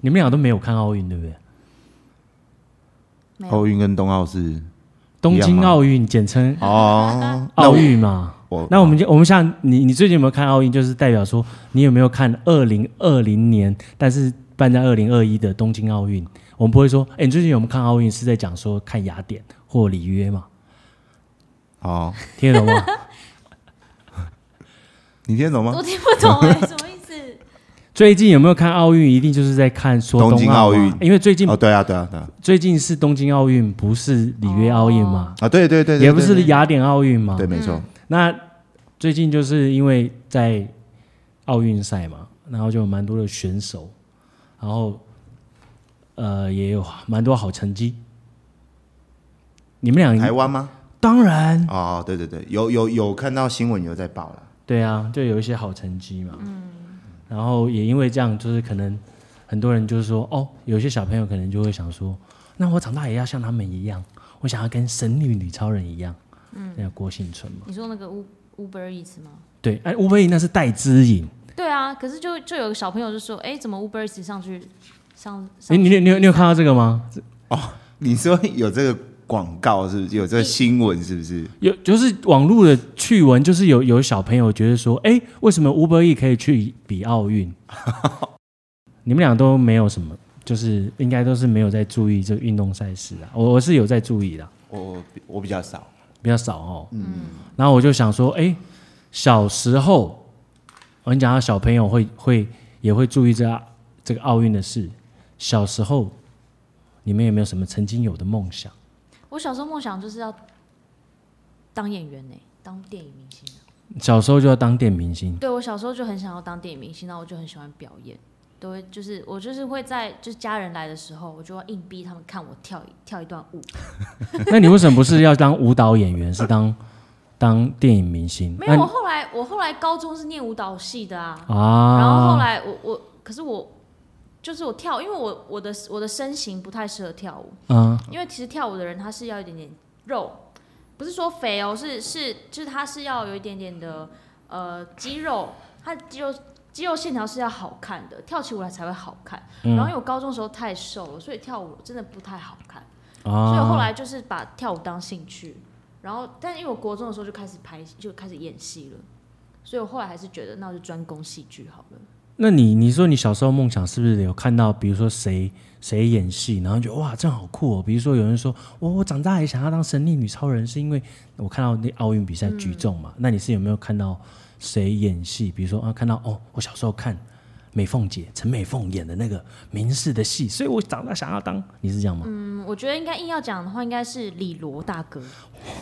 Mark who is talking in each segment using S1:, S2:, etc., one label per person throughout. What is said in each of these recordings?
S1: 你们俩都没有看奥运，对不对？
S2: 没有
S3: 奥运跟冬奥是
S1: 东京奥运简称
S3: 哦，
S1: 奥运嘛。
S3: 我
S1: 那我们就我们像你，你最近有没有看奥运？就是代表说你有没有看二零二零年，但是办在二零二一的东京奥运？我们不会说，哎、你最近有没有看奥运？是在讲说看雅典或里约嘛？
S3: 哦，
S1: 听 得懂吗？
S3: 你听得懂吗
S2: 我？听不懂哎、什么意 思？
S1: 最近有没有看奥运？一定就是在看说
S3: 东京
S1: 奥嘛
S3: 奥运
S1: 因为最近、
S3: 哦，对啊，对啊，对啊，
S1: 最近是东京奥运，不是里约奥运嘛，
S3: 啊，对对对，对
S1: 也不是
S3: 对
S1: 雅典奥运嘛。
S3: 对，没错，
S1: 那最近就是因为在奥运赛嘛，然后就有蛮多的选手，然后呃也有蛮多好成绩。你们
S2: 嗯
S3: 台
S1: 俩
S3: 湾吗？
S1: 嗯当然
S3: 哦，对对对，有有有看到新闻有在报了，
S1: 对啊，就有一些好成绩嘛。然后也因为这样，就是可能很多人就是说，哦，有些小朋友可能就会想说，那我长大也要像他们一样，我想要跟神女女超人一样。嗯，那个郭幸存嘛，
S2: 你说那个 U Uber Eats 吗？
S1: 对，哎，吴佩仪那是戴之颖。
S2: 对啊，可是就就有个小朋友就说，哎、怎么 Uber Eats 上去上
S1: 哎，
S2: 上
S1: 你你你有你有看到这个吗？
S3: 你说有这个广告是不是？有这个新闻是不是？
S1: 有就是网络的趣闻，就是有有小朋友觉得说，哎、为什么 Uber E 可以去比奥运？ 你们俩都没有什么，就是应该都是没有在注意这个运动赛事啊。我我是有在注意的，
S3: 我我比我比较少，
S1: 比较少哦。嗯。然后我就想说，哎、小时候，我跟你讲到小朋友会会也会注意这个这个奥运的事。小时候，你们有没有什么曾经有的梦想？
S2: 我小时候梦想就是要当演员呢、欸当电影明星。啊
S1: 小时候就要当电明星，
S2: 对我小时候就很想要当电影明星，然后我就很喜欢表演，都会就是我就是会在就是家人来的时候，我就要硬逼他们看我跳一跳一段舞。
S1: 那你为什么不是要当舞蹈演员，是当当电影明星？
S2: 没
S1: 那
S2: 有，我
S1: 你
S2: 后来我后来高中是念舞蹈系的啊，然后后
S1: 啊，
S2: 来我我可是我就是我跳，因为我我的我的身形不太适合跳舞，
S1: 嗯，
S2: 因为其实跳舞的人他是要有一点点肉，不是说肥哦，是是就是他是要有一点点的呃肌肉，他的肌肉肌肉线条是要好看的，跳起舞来才会好看。然后因为我高中的时候太瘦了，所以跳舞真的不太好看，所以我后
S1: 啊，
S2: 来就是把跳舞当兴趣。然后，但因为我国中的时候就开始拍，就开始演戏了，所以我后来还是觉得那我就专攻戏剧好了。
S1: 那你你说你小时候梦想是不是有看到，比如说谁谁演戏，然后就哇，这样好酷哦？比如说有人说，哦我我长大也想要当神力女超人，是因为我看到那奥运比赛举重
S2: 嗯
S1: 嘛？那你是有没有看到谁演戏？比如说啊，看到哦，我小时候看美凤姐陈美凤演的那个明视的戏，所以我长大想要当，你是这样吗？
S2: 嗯，我觉得应该硬要讲的话，应该是李罗大哥，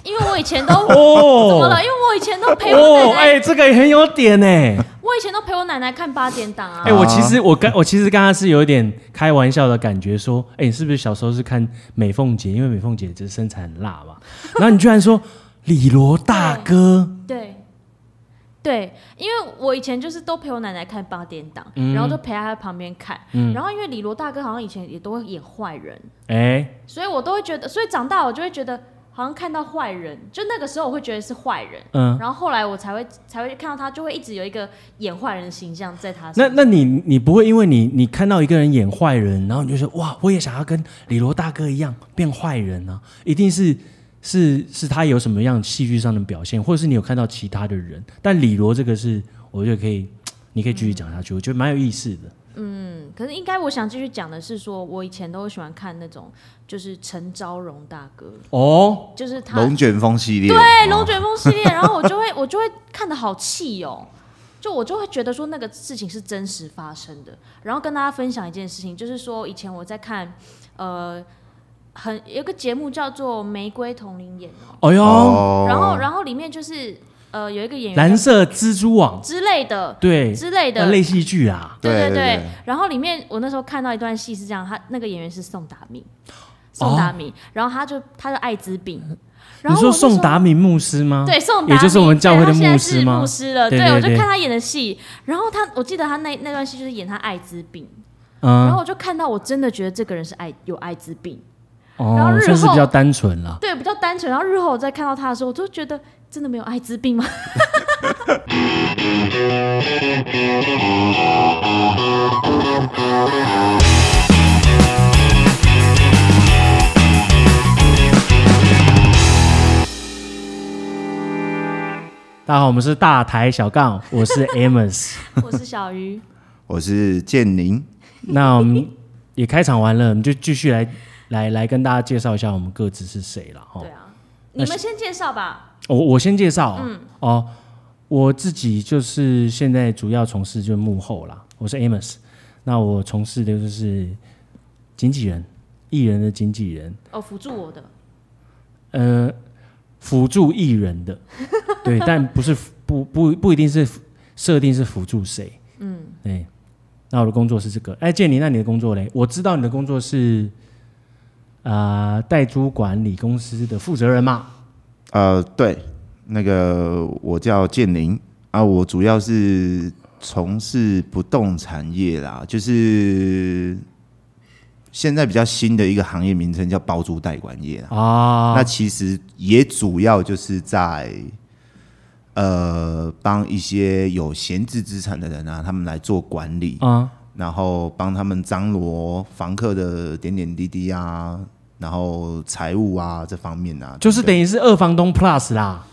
S2: 因为我以前 都
S1: 哦，
S2: 怎么了？因为我以前都陪我奶
S1: 哦，
S2: 奶，
S1: 哎、这个也很有点欸呢、
S2: 我以前都陪我奶奶看八点档啊。
S1: 哎、我其实我刚我其实刚刚是有一点开玩笑的感觉，说，哎、你是不是小时候是看美凤姐？因为美凤姐这身材很辣嘛，然后你居然说李罗大哥，
S2: 对，对，因为我以前就是都陪我奶奶看八点档，
S1: 嗯
S2: 然后就陪她在旁边看。然后因为李罗大哥好像以前也都会演坏人，
S1: 哎、
S2: 所以我都会觉得，所以长大我就会觉得好像看到坏人，就那个时候我会觉得是坏人。
S1: 嗯，
S2: 然后后来我才会才会看到他，就会一直有一个演坏人的形象在他身
S1: 那
S2: 上。
S1: 那你你不会因为你你看到一个人演坏人，然后你就说哇，我也想要跟李罗大哥一样变坏人啊？一定是是是他有什么样戏剧上的表现，或者是你有看到其他的人？但李罗这个是，我觉得可以，你可以继续讲下去，我觉得蛮有意思的。
S2: 嗯，可是应该我想继续讲的是说，我以前都喜欢看那种就是陈昭荣大哥，
S1: 哦，
S2: 就是他
S3: 龙卷风系列，
S2: 对
S3: 对
S2: 龙卷风系列，然后我就会 我就会看的好气哦，就我就会觉得说那个事情是真实发生的。然后跟大家分享一件事情，就是说以前我在看呃很有个节目叫做《玫瑰同龄演》哦，
S1: 哎呦，
S3: 哦，
S2: 然后然后里面就是呃有一个演员
S1: 蓝
S2: 叫
S1: 色蜘蛛网，
S2: 之类的
S1: 对，
S2: 之类的
S1: 那。类戏剧啊，
S2: 对
S3: 对
S2: 对
S3: 对
S2: 对，然后里面我那时候看到一段戏是这样，他那个演员是宋达明，宋达明，然后他就他就艾滋病，然
S1: 哦你
S2: 后我
S1: 说
S2: 那时候
S1: 宋达明牧师吗？
S2: 对，宋达
S1: 也就是我们
S2: 明
S1: 教会
S2: 对
S1: 的
S2: 他现
S1: 牧
S2: 在
S1: 师
S2: 是
S1: 吗
S2: 牧师了，
S1: 对
S2: 对
S1: 对
S2: 我就
S1: 对
S2: 看他演的戏，然后他，我记得他那那段戏就是演他艾滋病，然
S1: 嗯，
S2: 后我就看到我真的觉得这个人是艾有艾滋病，然后
S1: 哦，
S2: 日
S1: 算是
S2: 后
S1: 比较单纯啦。
S2: 对，比较单纯。然后日后我再看到他的时候，我就觉得真的没有艾滋病吗？
S1: 大家好，我们是大台小杠，我是 Amos。
S2: 我是 小鱼，
S3: 我是建宁，
S1: 那我们也开场完了，我们就继续来来来跟大家介绍一下我们各自是谁了哈
S2: 对。啊，
S1: 那
S2: 你们先介绍吧。
S1: 我我先介绍、啊，
S2: 嗯
S1: 哦，我自己就是现在主要从事就是幕后啦，我是 Amos，那我从事的就是经纪人，艺人的经纪人，
S2: 哦，辅助我的，
S1: 呃，辅助艺人的，对，但不是辅不不不一定是辅设定是辅助谁，嗯，对，那我的工作是这个，哎，建宁，那你的工作嘞？我知道你的工作是。啊、代租管理公司的负责人嘛，
S3: 呃，对，那个我叫建宁啊，我主要是从事不动产业啦，就是现在比较新的一个行业名称叫包租代管业啦。
S1: 啊，
S3: 那其实也主要就是在呃帮一些有闲置资产的人啊，他们来做管理，
S1: 啊，
S3: 然后帮他们张罗房客的点点滴滴啊。然后财务啊这方面啊，
S1: 就是
S3: 等
S1: 等于是二房东 Plus 啦，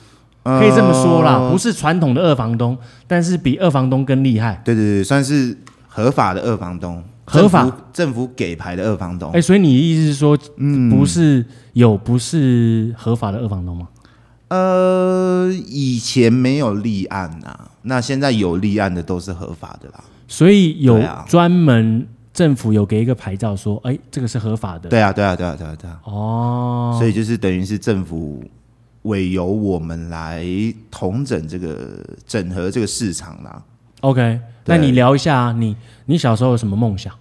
S1: 可以这么说啦，不是传统的二房东，但是比二房东更厉害。
S3: 对对对，算是合法的二房东，
S1: 合法
S3: 政府政府给牌的二房东。
S1: 哎、所以你的意思是说，不是有不是合法的二房东吗？
S3: 呃，以前没有立案啊，那现在有立案的都是合法的啦。
S1: 所以有
S3: 对啊
S1: 专门政府有给一个牌照说，哎、这个是合法的。
S3: 对啊，对啊，对啊，对啊，对啊。
S1: 哦，
S3: 所以就是等于是政府委由我们来统整这个整合这个市场啦。
S1: OK，那
S3: 对
S1: 你聊一下啊你你小时候有什么梦想？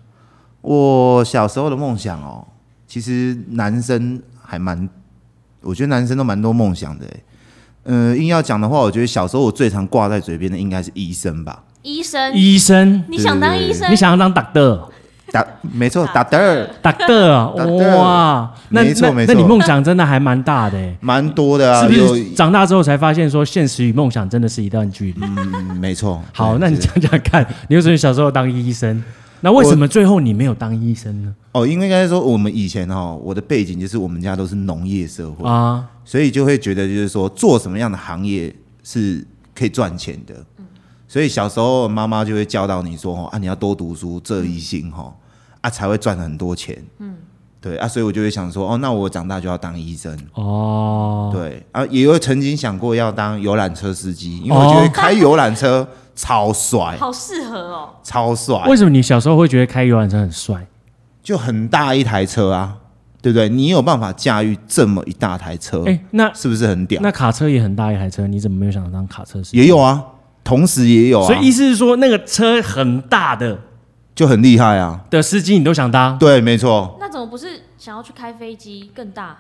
S3: 我小时候的梦想哦，其实男生还蛮，我觉得男生都蛮多梦想的欸。呃，硬要讲的话，我觉得小时候我最常挂在嘴边的应该是医生吧。
S2: 医生，
S1: 医生，
S2: 你想当医生
S1: 你？想要当 doctor？
S3: 打没错，打得儿
S1: doctor，
S3: Doctor，
S1: 啊哇，那
S3: 没错
S1: 那
S3: 没
S1: 那
S3: 错
S1: 你梦想真的还蛮大的、欸。
S3: 蛮多的啊，
S1: 是不
S3: 有
S1: 是长大之后才发现说现实与梦想真的是一段距离？
S3: 嗯没错。
S1: 好，
S3: 对
S1: 那你
S3: 是
S1: 讲讲看，你为什么小时候当医生？那为什么最后你没有当医生呢？
S3: 哦，因为应该说我们以前哦，我的背景就是我们家都是农业社会，
S1: 啊，
S3: 所以就会觉得就是说做什么样的行业是可以赚钱的。所以小时候妈妈就会教导你说哦啊，你要多读书，这一心哈啊才会赚很多钱。嗯，对啊，所以我就会想说哦，那我长大就要当医生。
S1: 哦，
S3: 对啊，也有曾经想过要当游览车司机，因为
S1: 哦
S3: 我觉得开游览车 超
S1: 哎
S3: 帅，
S2: 好适合哦，
S3: 超帅。
S1: 为什么你小时候会觉得开游览车很帅？
S3: 就很大一台车啊，对不对？你有办法驾驭这么一大台车，
S1: 哎，那
S3: 是不是很屌？
S1: 那卡车也很大一台车，你怎么没有想当卡车司机？
S3: 也有啊，同时也有啊，
S1: 所以意思是说，那个车很大的
S3: 就很厉害啊。
S1: 的司机你都想
S2: 啊
S1: 当？
S3: 对，没
S1: 哦
S3: 错，
S2: 那怎么不是想要去开飞机更大？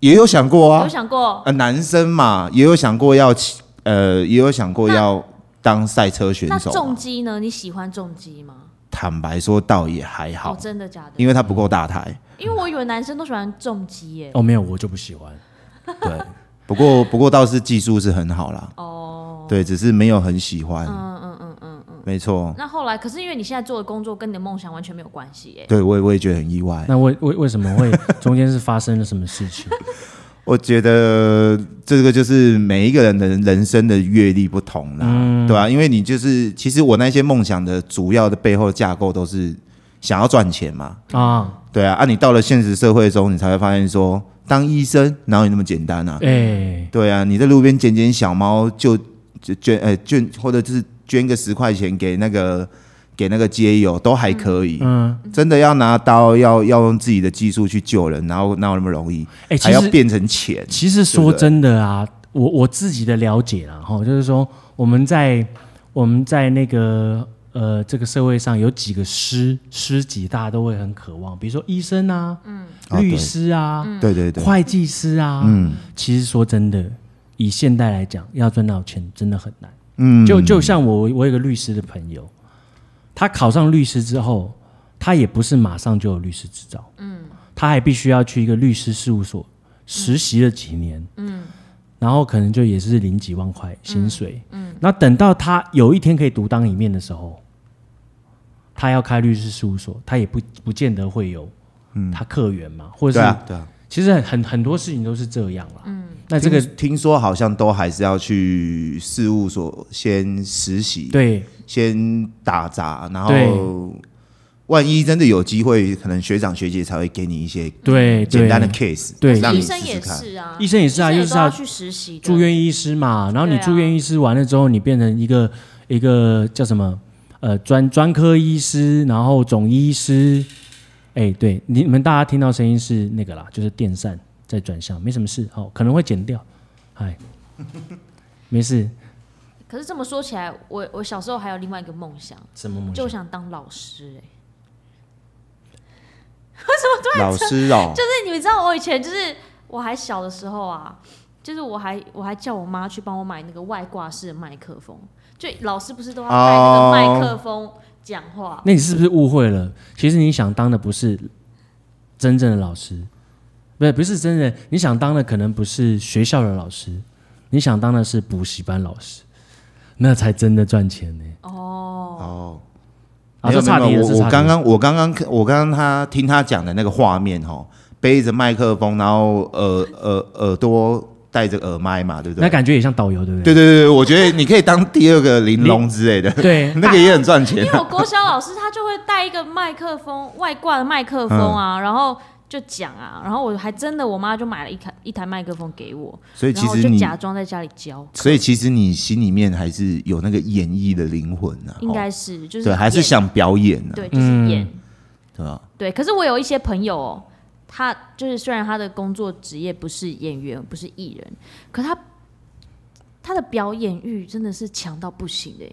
S3: 也有想过啊
S2: 有，想过？
S3: 呃，男生嘛，也有想过要骑，呃，也有想过要当赛车选
S2: 那
S1: 啊
S3: 手
S2: 重
S3: 嘛。
S2: 机呢？你喜欢重机吗？
S3: 坦白说，倒也还好，
S2: 哦，真的假的？
S3: 因为它不够大台。
S2: 因为我以为男生都喜欢重机耶。
S1: 哦，没有，我就不喜欢。
S3: 对，不过不过倒是技术是很好啦，
S2: 哦，
S3: 对，只是没有很喜欢，
S2: 嗯嗯嗯嗯嗯。
S3: 没错。
S2: 那后来，可是因为你现在做的工作跟你的梦想完全没有关系耶。
S3: 对，我也我也觉得很意外。
S1: 那为为为什么会中间是发生了什么事 情？
S3: 我觉得这个就是每一个人的人生的阅历不同啦，
S1: 嗯
S3: 对吧、因为你就是，其实我那些梦想的主要的背后架构都是想要赚钱嘛，
S1: 啊，
S3: 对啊。啊，你到了现实社会中，你才会发现说，当医生哪有那么简单啊？
S1: 哎，
S3: 对啊，你在路边捡捡小猫就就捐，呃，捐或者就是捐个十块钱给那个给那个街友都还可以。
S1: 嗯，
S3: 真的要拿刀，要要用自己的技术去救人，然后哪有那么容易？
S1: 哎，其
S3: 还要
S1: 实
S3: 变成钱。
S1: 其实说真的啊，我我自己的了解啦，哈，就是说我们在我们在那个呃这个社会上有几个师师级，大家都会很渴望，比如说医生啊，嗯，
S3: 哦
S1: 律
S3: 对
S1: 师啊，
S2: 嗯
S3: 对对对，
S1: 会计师啊，嗯，其实说真的，以现代来讲，要赚到钱真的很难。
S3: 嗯，
S1: 就就像我我有一个律师的朋友，他考上律师之后，他也不是马上就有律师执照，嗯，他还必须要去一个律师事务所实习了几年，嗯，然后可能就也是零几万块薪水，嗯，那、等到他有一天可以独当一面的时候，他要开律师事务所，他也不不见得会有他客源嘛，或者
S3: 嗯对
S1: 是
S3: 啊，对啊，
S1: 其实很很很多事情都是这样啦。嗯，那这个
S3: 听听说好像都还是要去事务所先实习，
S1: 对
S3: 先打杂，然后
S1: 对
S3: 万一真的有机会，可能学长学姐才会给你一些
S1: 对对，
S3: 嗯简单的 case，
S1: 对
S3: 让你
S2: 医
S3: 试
S2: 生
S3: 试
S2: 也
S3: 看。
S2: 是啊，
S1: 医生也是啊
S2: 医
S1: 就是
S2: 都要
S1: 要
S2: 去实习的
S1: 住院医师嘛，然后你
S2: 对啊
S1: 住院医师完了之后，你变成一个一个叫什么呃专专科医师，然后总医师，哎，对，你们大家听到声音是那个啦，就是电扇在转向，没什么事，好、可能会剪掉，哎，没事，
S2: 可是这么说起来，我我小时候还有另外一个梦想，
S1: 什么梦
S2: 就
S1: 想？
S2: 想当老师、欸。
S3: 老师哦，
S2: 就是你们知道，我以前就是我还小的时候啊，就是我还我还叫我妈去帮我买那个外挂式的麦克风，就老师不是都要带那个
S3: 哦
S2: 麦克 风讲话？
S3: 嗯
S1: 那你是不是误会了？其实你想当的不是真正的老师，不是不是真的，你想当的可能不是学校的老师，你想当的是补习班老师，那才真的赚钱呢、
S3: 哦，
S1: 啊，这
S3: 没有
S1: 差
S3: 没
S1: 题
S3: 有
S1: 了，
S3: 我
S1: 这差
S3: 我
S1: 题
S3: 刚
S1: 了
S3: 刚我刚刚我刚刚他听他讲的那个画面哦，背着麦克风，然后耳耳耳朵戴着耳麦嘛，对不
S1: 那
S3: 对？
S1: 感觉也像导游，对不对？
S3: 对对对，我觉得你可以当第二个玲珑之类的，
S1: 对
S3: 那个也很赚
S2: 因
S3: 钱啊
S2: 为。我国小老师他就会带一个麦克风，外挂的麦克风啊，然后就讲啊，然后我还真的我妈就买了一台一台麦克风给我，
S3: 所以
S2: 然
S3: 其
S2: 后我
S3: 实
S2: 就
S3: 你，
S2: 假装在家里教，
S3: 所以其实你心里面还是有那个演绎的灵魂啊，哦
S2: 应该是就是
S3: 对，还是
S2: 演
S3: 想表演啊，
S2: 对，就是演。
S3: 对吧？
S2: 对，可是我有一些朋友、哦，他就是虽然他的工作职业不是演员，不是艺人，可他他的表演欲真的是强到不行的耶，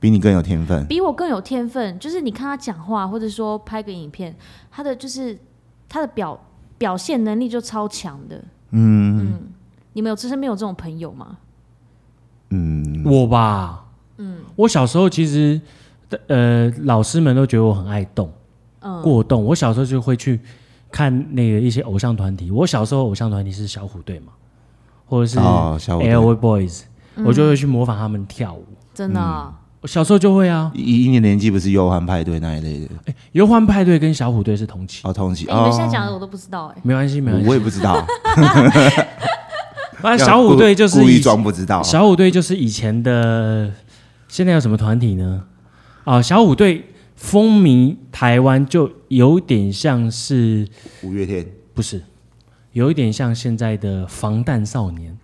S3: 比你更有天分，
S2: 比我更有天分。就是你看他讲话，或者说拍个影片，他的就是他的表表现能力就超强的。嗯你们有身边有这种朋友吗？
S1: 我吧，嗯，我小时候其实，呃，老师们都觉得我很爱动，过动。我小时候就会去看那个一些偶像团体，我小时候偶像团体是小虎队嘛，或者是
S3: 哦小虎队
S1: L Boys，、我就会去模仿他们跳舞。
S2: 真的啊、
S1: 我小时候就会啊，
S3: 一一年年纪不是忧欢派对那一类的，
S1: 游环派对跟小虎队是同期，
S3: 哦，同期
S2: 哎你们现在
S3: 哦，
S2: 讲的我都不知道哎、
S1: 没关系，没关
S3: 我
S1: 系
S3: 我。也不知 道，
S1: 反正小虎队就是
S3: 故故
S1: 以
S3: 意装不知道，
S1: 小虎队就是以前的，现在有什么团体呢？啊，小虎队风靡台湾，就有点像是
S3: 五月天，
S1: 不是，有一点像现在的防弹少年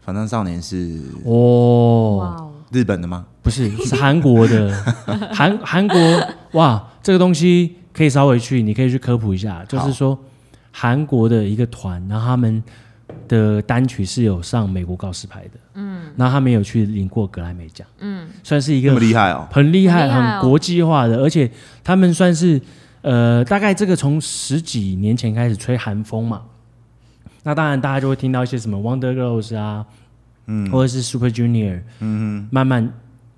S3: 反正少年是
S2: 哇
S1: 哦，
S2: 哦，
S3: 日本的吗？
S1: 不是，是韩国的，韩韩国哇，这个东西可以稍微去，你可以去科普一下，就是说韩国的一个团，然后他们的单曲是有上美国告示牌的，嗯，然后他们有去领过格莱美奖，嗯，算是一
S3: 这
S1: 个
S3: 么厉害哦，
S1: 很厉害、
S2: 很厉害哦
S1: 很国际化的，而且他们算是呃，大概这个从十几年前开始吹韩风嘛。那当然，大家就会听到一些什么 Wonder Girls 啊，嗯，或者是 Super Junior，嗯慢慢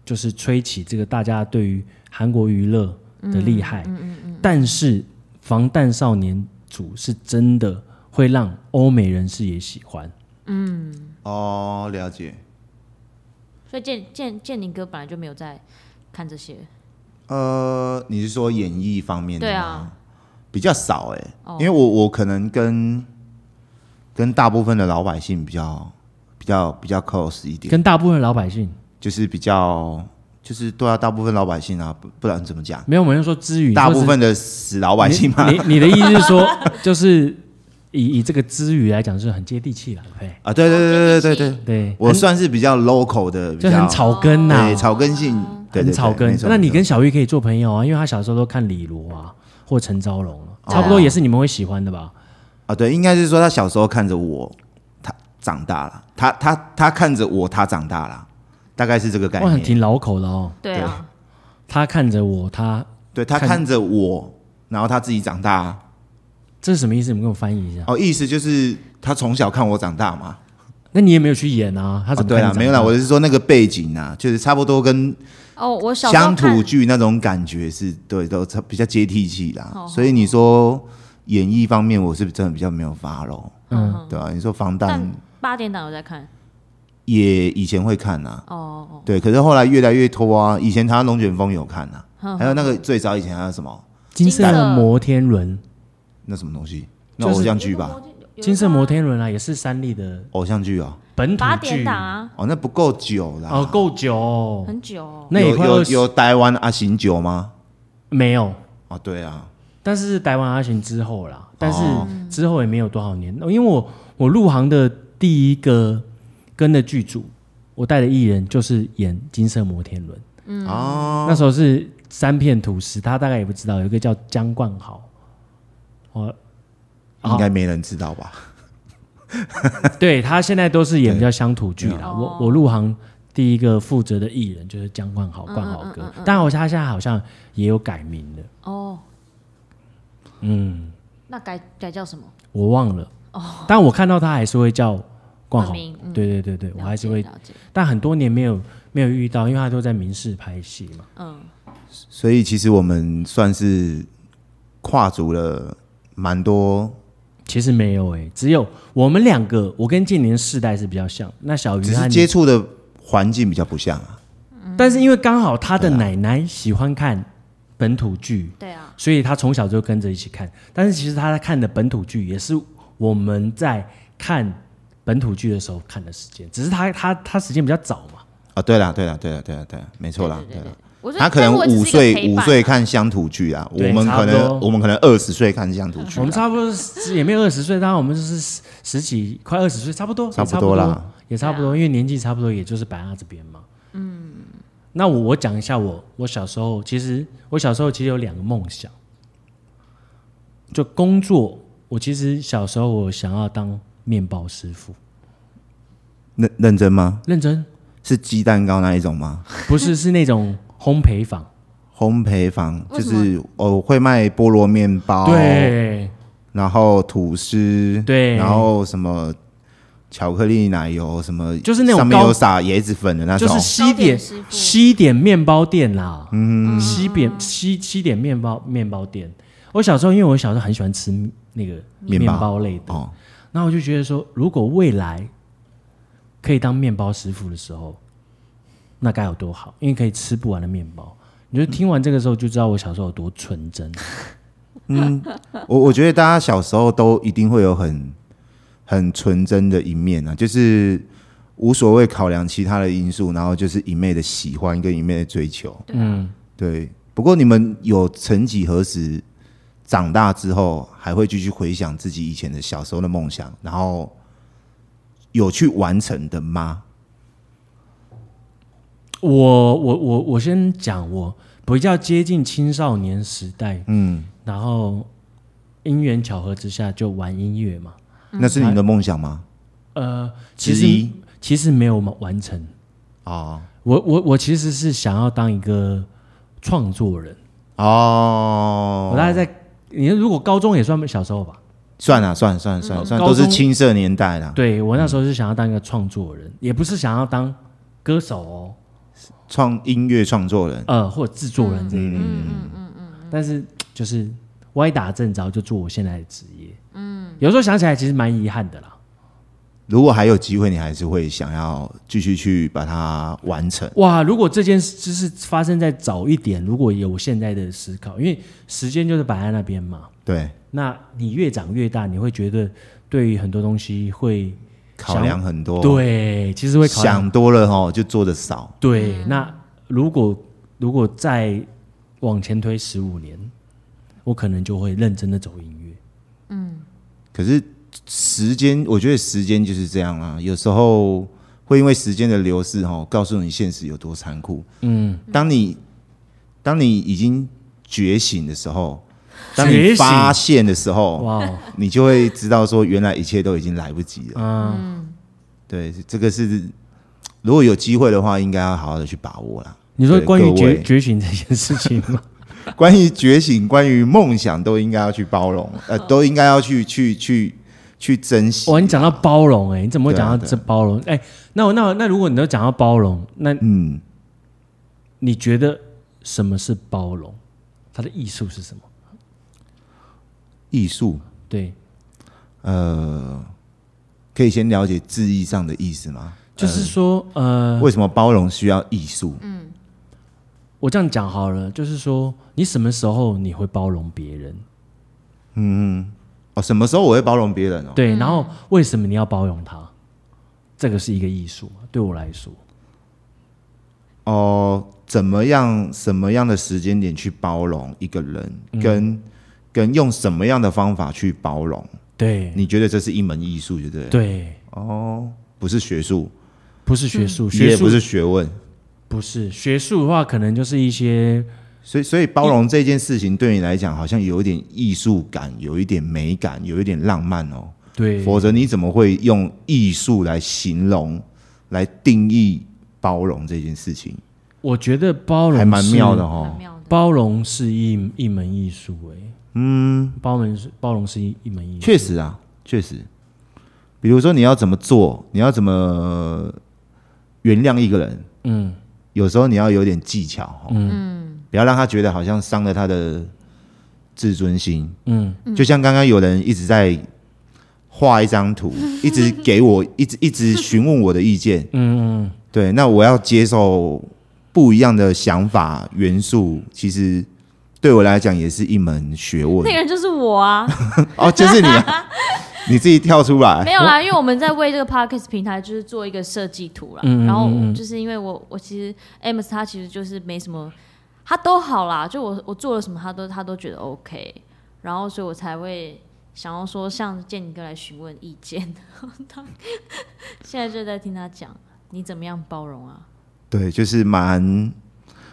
S1: 就是吹起这个大家对于韩国娱乐的厉害。嗯嗯嗯但是防弹少年组是真的会让欧美人士也喜欢。
S3: 哦，了解，
S2: 所以建建建宁哥本来就没有在看这些，
S3: 呃，你是说演艺方面的
S2: 对
S3: 吗
S2: 啊，
S3: 比较少哎、因为我我可能跟跟大部分的老百姓比较比较比较 close 一点，
S1: 跟大部分老百姓，
S3: 就是比较就是对啊，大部分老百姓啊，不不然怎么讲？
S1: 没有我们就说之余，
S3: 大
S1: 说
S3: 部
S1: 是
S3: 分的死老百姓嘛，
S1: 你你你的意思是 说，就是以以这个资语来讲，是很接地气了，对
S3: 啊，对对对对对对，
S1: 对，
S3: 我算是比较 local 的，比
S1: 就
S3: 较
S1: 很草根呐、
S3: 对草根性，对
S1: 很
S3: 对
S1: 草
S3: 对
S1: 根
S3: 没。错
S1: 那你
S3: 没
S1: 跟小玉可以做朋友啊，因为他小时候都看李罗啊或陈昭荣啊，
S3: 哦
S1: 差不多也是你们会喜欢的吧？
S3: 错啊，对，应该是说他小时候看着我，他长大了，他他他看着我，他长大了，大概是这个概
S1: 哇，
S3: 念。
S1: 挺老口的哦。
S2: 对啊，
S1: 他看着我，他
S3: 对他
S1: 看
S3: 看着我，然后他自己长大啊，
S1: 这是什么意思？你们给我翻译一下。
S3: 哦，意思就是他从小看我长大嘛。
S1: 那你也没有去演啊？他
S3: 哦
S1: 怎么
S3: 对
S1: 看你
S3: 啊，
S1: 长大、
S3: 没有啦，我是说那个背景啊，就是差不多跟
S2: 哦，我小时候
S3: 乡
S2: 看
S3: 土剧那种感觉是对，都差比较接地气啦。
S2: 哦好
S3: 所以你说演艺方面，我是真的比较没有发喽，
S2: 嗯，
S3: 对吧、啊你说防弹
S2: 但八点档有在看
S3: 也以前会看啊，
S2: 哦，
S3: 对，可是后来越来越拖啊。以前他龙卷风有看啊，还有那个最早以前还有什么
S1: 金色
S2: 金色
S1: 摩天轮，
S3: 那什么东西，那偶像剧吧，
S1: 金色摩天轮啊，也是三立的
S3: 偶像剧啊，
S1: 本土
S2: 八
S1: 剧
S2: 点档啊，
S3: 哦，那不够久啦。
S1: 哦，够久哦，
S2: 很久、哦。
S1: 那也
S3: 有
S1: 快
S3: 有
S1: 二十
S3: 有台湾阿行酒吗？
S1: 没有，
S3: 哦，对啊，
S1: 但是是台湾阿行之后啦，但是之后也没有多少年，因为我我入行的第一个跟的剧组，我带的艺人就是演《金色摩天轮》，
S2: 嗯
S3: 哦，
S1: 那时候是三片土司，他大概也不知道，有一个叫江冠豪，我
S3: 应该没人知道吧？
S1: 对他现在都是演比较乡土剧啦。我我入行第一个负责的艺人就是江冠豪，冠豪哥。但我他现在好像也有改名了，
S2: 哦，嗯，那改改叫什么？
S1: 我忘了。但我看到他还是会叫冠豪
S2: 本名。嗯
S1: 对对对对，我还是会。
S2: 了解。
S1: 但很多年没有没有遇到，因为他都在民视拍戏嘛。
S3: 所以其实我们算是跨足了蛮多，
S1: 其实没有诶、只有我们两个，我跟建年世代是比较像。那
S2: 哦
S1: 小鱼
S3: 只
S1: 他
S3: 是接触的环境比较不像啊。
S1: 但是因为刚好他的奶奶喜欢看本土剧，
S2: 对啊，
S1: 所以他从小就跟着一起看。但是其实他在看的本土剧也是我们在看本土剧的时候看的时间，只是他他他时间比较早嘛。
S3: 啊，对啦，对啦，对啦，对啦，对啦，没错啦，
S2: 对对对
S3: 啦。
S2: 我觉得
S3: 他可能
S2: 但我只是
S3: 五
S2: 一个
S3: 岁
S2: 陪
S3: 五
S2: 伴
S3: 岁
S2: 啊，
S3: 看乡土剧啊，我
S1: 对
S3: 们
S1: 差
S3: 可
S1: 不
S3: 能
S1: 多
S3: 我们可能二十岁看乡土
S2: 嗯
S3: 剧
S1: 我们
S3: 啦，
S1: 差不多是也没有二十岁，当然我们就是十十几快二十岁，差不多，也
S3: 差不
S1: 不
S3: 多
S1: 多
S3: 啦，
S1: 也差不多，因为年纪差不多，也就是白鸭这边嘛。嗯，那我我讲一下我我小时候，其实我小时候其实有两个梦想，就工作。我其实小时候我想要当面包师傅，
S3: 认认真吗？
S1: 认真，
S3: 是鸡蛋糕那一种吗？
S1: 不是，是那种烘焙坊。
S3: 烘焙坊就
S2: 为什么
S3: 是哦，会卖菠萝面包，，
S1: 对，
S3: 然后吐司，
S1: 对
S3: 然后什么巧克力奶油，什么
S1: 就是那种
S3: 上面
S1: 高
S3: 有撒椰子粉的那
S1: 就
S3: 种，
S1: 是西
S2: 糕点
S1: 点
S2: 师傅
S1: 西点面包店啦。嗯，西点西西点面包面包店。我小时候，因为我小时候很喜欢吃那个
S3: 面
S1: 面
S3: 包
S1: 包类的，
S3: 哦，
S1: 那我就觉得说，如果未来可以当面包师傅的时候，那该有多好，因为可以吃不完的面包。你就听完这个时候就知道我小时候有多纯真。
S3: 我我觉得大家小时候都一定会有很很纯真的一面啊，就是无所谓考量其他的因素，然后就是一昧的喜欢跟一昧的追求。
S1: 嗯，
S3: 对，不过你们有曾几何时长大之后，还会继续回想自己以前的小时候的梦想，然后有去完成的吗？
S1: 我我我我先讲，我比较接近青少年时代，
S3: 嗯，
S1: 然后因缘巧合之下就玩音乐嘛。
S3: 那是你的梦想吗？
S1: 呃，
S3: 之
S1: 其
S3: 一
S1: 实其实没有完成。
S3: 哦
S1: 我我我其实是想要当一个创作人。
S3: 哦，
S1: 嗯我大概在你如果高中也算小时候吧，
S3: 算了算了算了算了算
S1: 嗯
S3: 了，
S1: 高
S3: 都
S1: 中
S3: 是青涩年代啦。
S1: 对我那时候是想要当一个创作人，也不是想要当歌手哦，
S3: 创音乐创作人，
S1: 呃，或者制作人这一类的。嗯嗯嗯。但是就是歪打正着就做我现在的职业。嗯。有时候想起来其实蛮遗憾的啦。
S3: 如果还有机会，你还是会想要继续去把它完成。
S1: 哇，如果这件事就是发生在早一点，如果有我现在的思考，因为时间就是摆在那边嘛。
S3: 对，
S1: 那你越长越大，你会觉得对于很多东西会
S3: 考量很多，，
S1: 对，其实会考量
S3: 哦想多了哈，就做的少。
S1: 对。那如果如果再往前推十五年，我可能就会认真的走音乐。
S3: 可是时间，我觉得时间就是这样啊，有时候会因为时间的流逝哈，告诉你现实有多残酷。嗯，当你当你已经觉醒的时候，当
S1: 觉
S3: 你
S1: 醒
S3: 发现的时候，
S1: 哇哦，
S3: 你就会知道说，原来一切都已经来不及了。
S1: 嗯，
S3: 对，这个是如果有机会的话，应该要好好的去把握啦。
S1: 你说
S3: 对
S1: 关于
S3: 各位
S1: 觉觉醒这件事情吗？
S3: 关于觉醒，关于梦想，都应该要去包容，
S1: 啊
S3: 呃，都应该要去去去去珍惜。
S1: 哇，你讲到包容、哎，你怎么会讲到
S3: 对啊
S1: 这包容？哎、那我那我那如果你都讲到包容，那
S3: 嗯，
S1: 你觉得什么是包容？它的艺术是什么？
S3: 艺术呃
S1: 对，
S3: 可以先了解字义上的意思吗？
S1: 就是说，呃，
S3: 为什么包容需要艺术？
S1: 我这样讲好了，就是说，你什么时候你会包容别人？嗯，
S3: 哦，什么时候我会包容别人哦？
S1: 对，然后为什么你要包容他？这个是一个艺术嘛，对我来说，
S3: 哦，怎么样什么样的时间点去包容一个人，
S1: 嗯
S3: 跟跟用什么样的方法去包容？
S1: 对
S3: 你觉得这是一门艺术，对不对？，
S1: 对，
S3: 不是学术，
S1: 不是学术，学
S3: 也
S1: 术
S3: 不是学问。
S1: 不是学术的话，可能就是一些
S3: 所以，所以包容这件事情对你来讲，好像有一点艺术感，有一点美感，有一点浪漫哦。
S1: 对
S3: 否则你怎么会用艺术来形容、来定义包容这件事情？
S1: 我觉得包容
S3: 还蛮
S1: 是
S3: 妙的
S2: 蛮
S3: 哦。
S2: 妙的。
S1: 包容是一一门艺术、欸，嗯，包容是包容是一一门艺术，
S3: 确实啊，确实。比如说你要怎么做，你要怎么原谅一个人，
S1: 嗯，
S3: 有时候你要有点技巧、哦，嗯，不要让他觉得好像伤了他的自尊心，
S1: 嗯，
S3: 就像刚刚有人一直在画一张图，一直给我，一直一直询问我的意见，嗯 嗯，对，那我要接受不一样的想法元素，其实对我来讲也是一门学问
S2: 那个人就是我啊，
S3: 哦，就是你、啊， 你自己跳出来，
S2: 没有啦，因为我们在为这个 podcast 平台就是做一个设计图啦。
S1: 嗯
S2: 然后就是因为我我其实 Amos 他其实就是没什么，他都好啦，就我我做了什么他都他都觉得 OK，然后所以我才会想要说向建宁哥来询问意见。 他现在就在听他讲你怎么样包容啊？
S3: 对，就是蛮，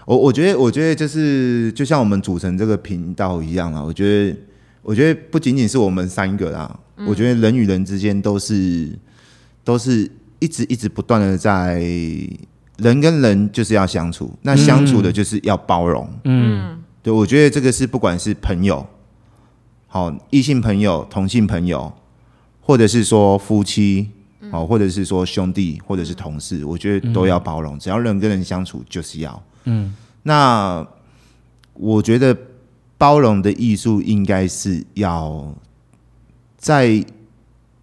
S3: 我我觉得，我觉得就是就像我们组成这个频道一样啊，我觉得，我觉得不仅仅是我们三个啦，我觉得人与人之间都是都是一直一直不断的在人跟人就是要相处，那相处的就是要包容，
S1: 嗯
S3: 对我觉得这个是不管是朋友，好异性朋友、同性朋友，或者是说夫
S1: 嗯
S3: 妻。哦，或者是说兄弟，或者是同事，我觉得都要包容，只要人跟人相处就是要。
S1: 嗯，
S3: 那我觉得包容的艺术应该是要在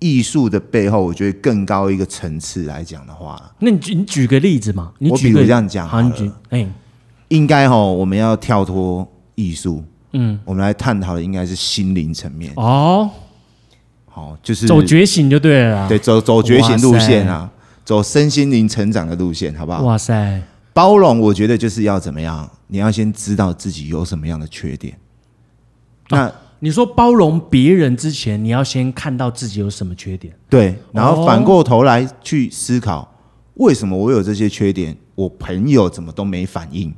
S3: 艺术的背后，我觉得更高一个层次来讲的话，
S1: 那你举你举个例子嘛，你
S3: 我比
S1: 举
S3: 如
S1: 个
S3: 这样讲
S1: 好，
S3: 好
S1: 你
S3: 了，
S1: 举哎、
S3: 应该哈，我们要跳脱艺术，
S1: 嗯，
S3: 我们来探讨的应该是心灵层面，
S1: 哦，
S3: 好、哎就是
S1: 走觉醒就对了啦，
S3: 对，走走觉醒路线啊，走身心灵成长的路线，好不好？
S1: 哇塞，
S3: 包容，我觉得就是要怎么样？你要先知道自己有什么样的缺点。那、
S1: 你说包容别人之前，你要先看到自己有什么缺点，
S3: 对，然后反过头来去思考，为什么我有这些缺点？我朋友怎么都没反应？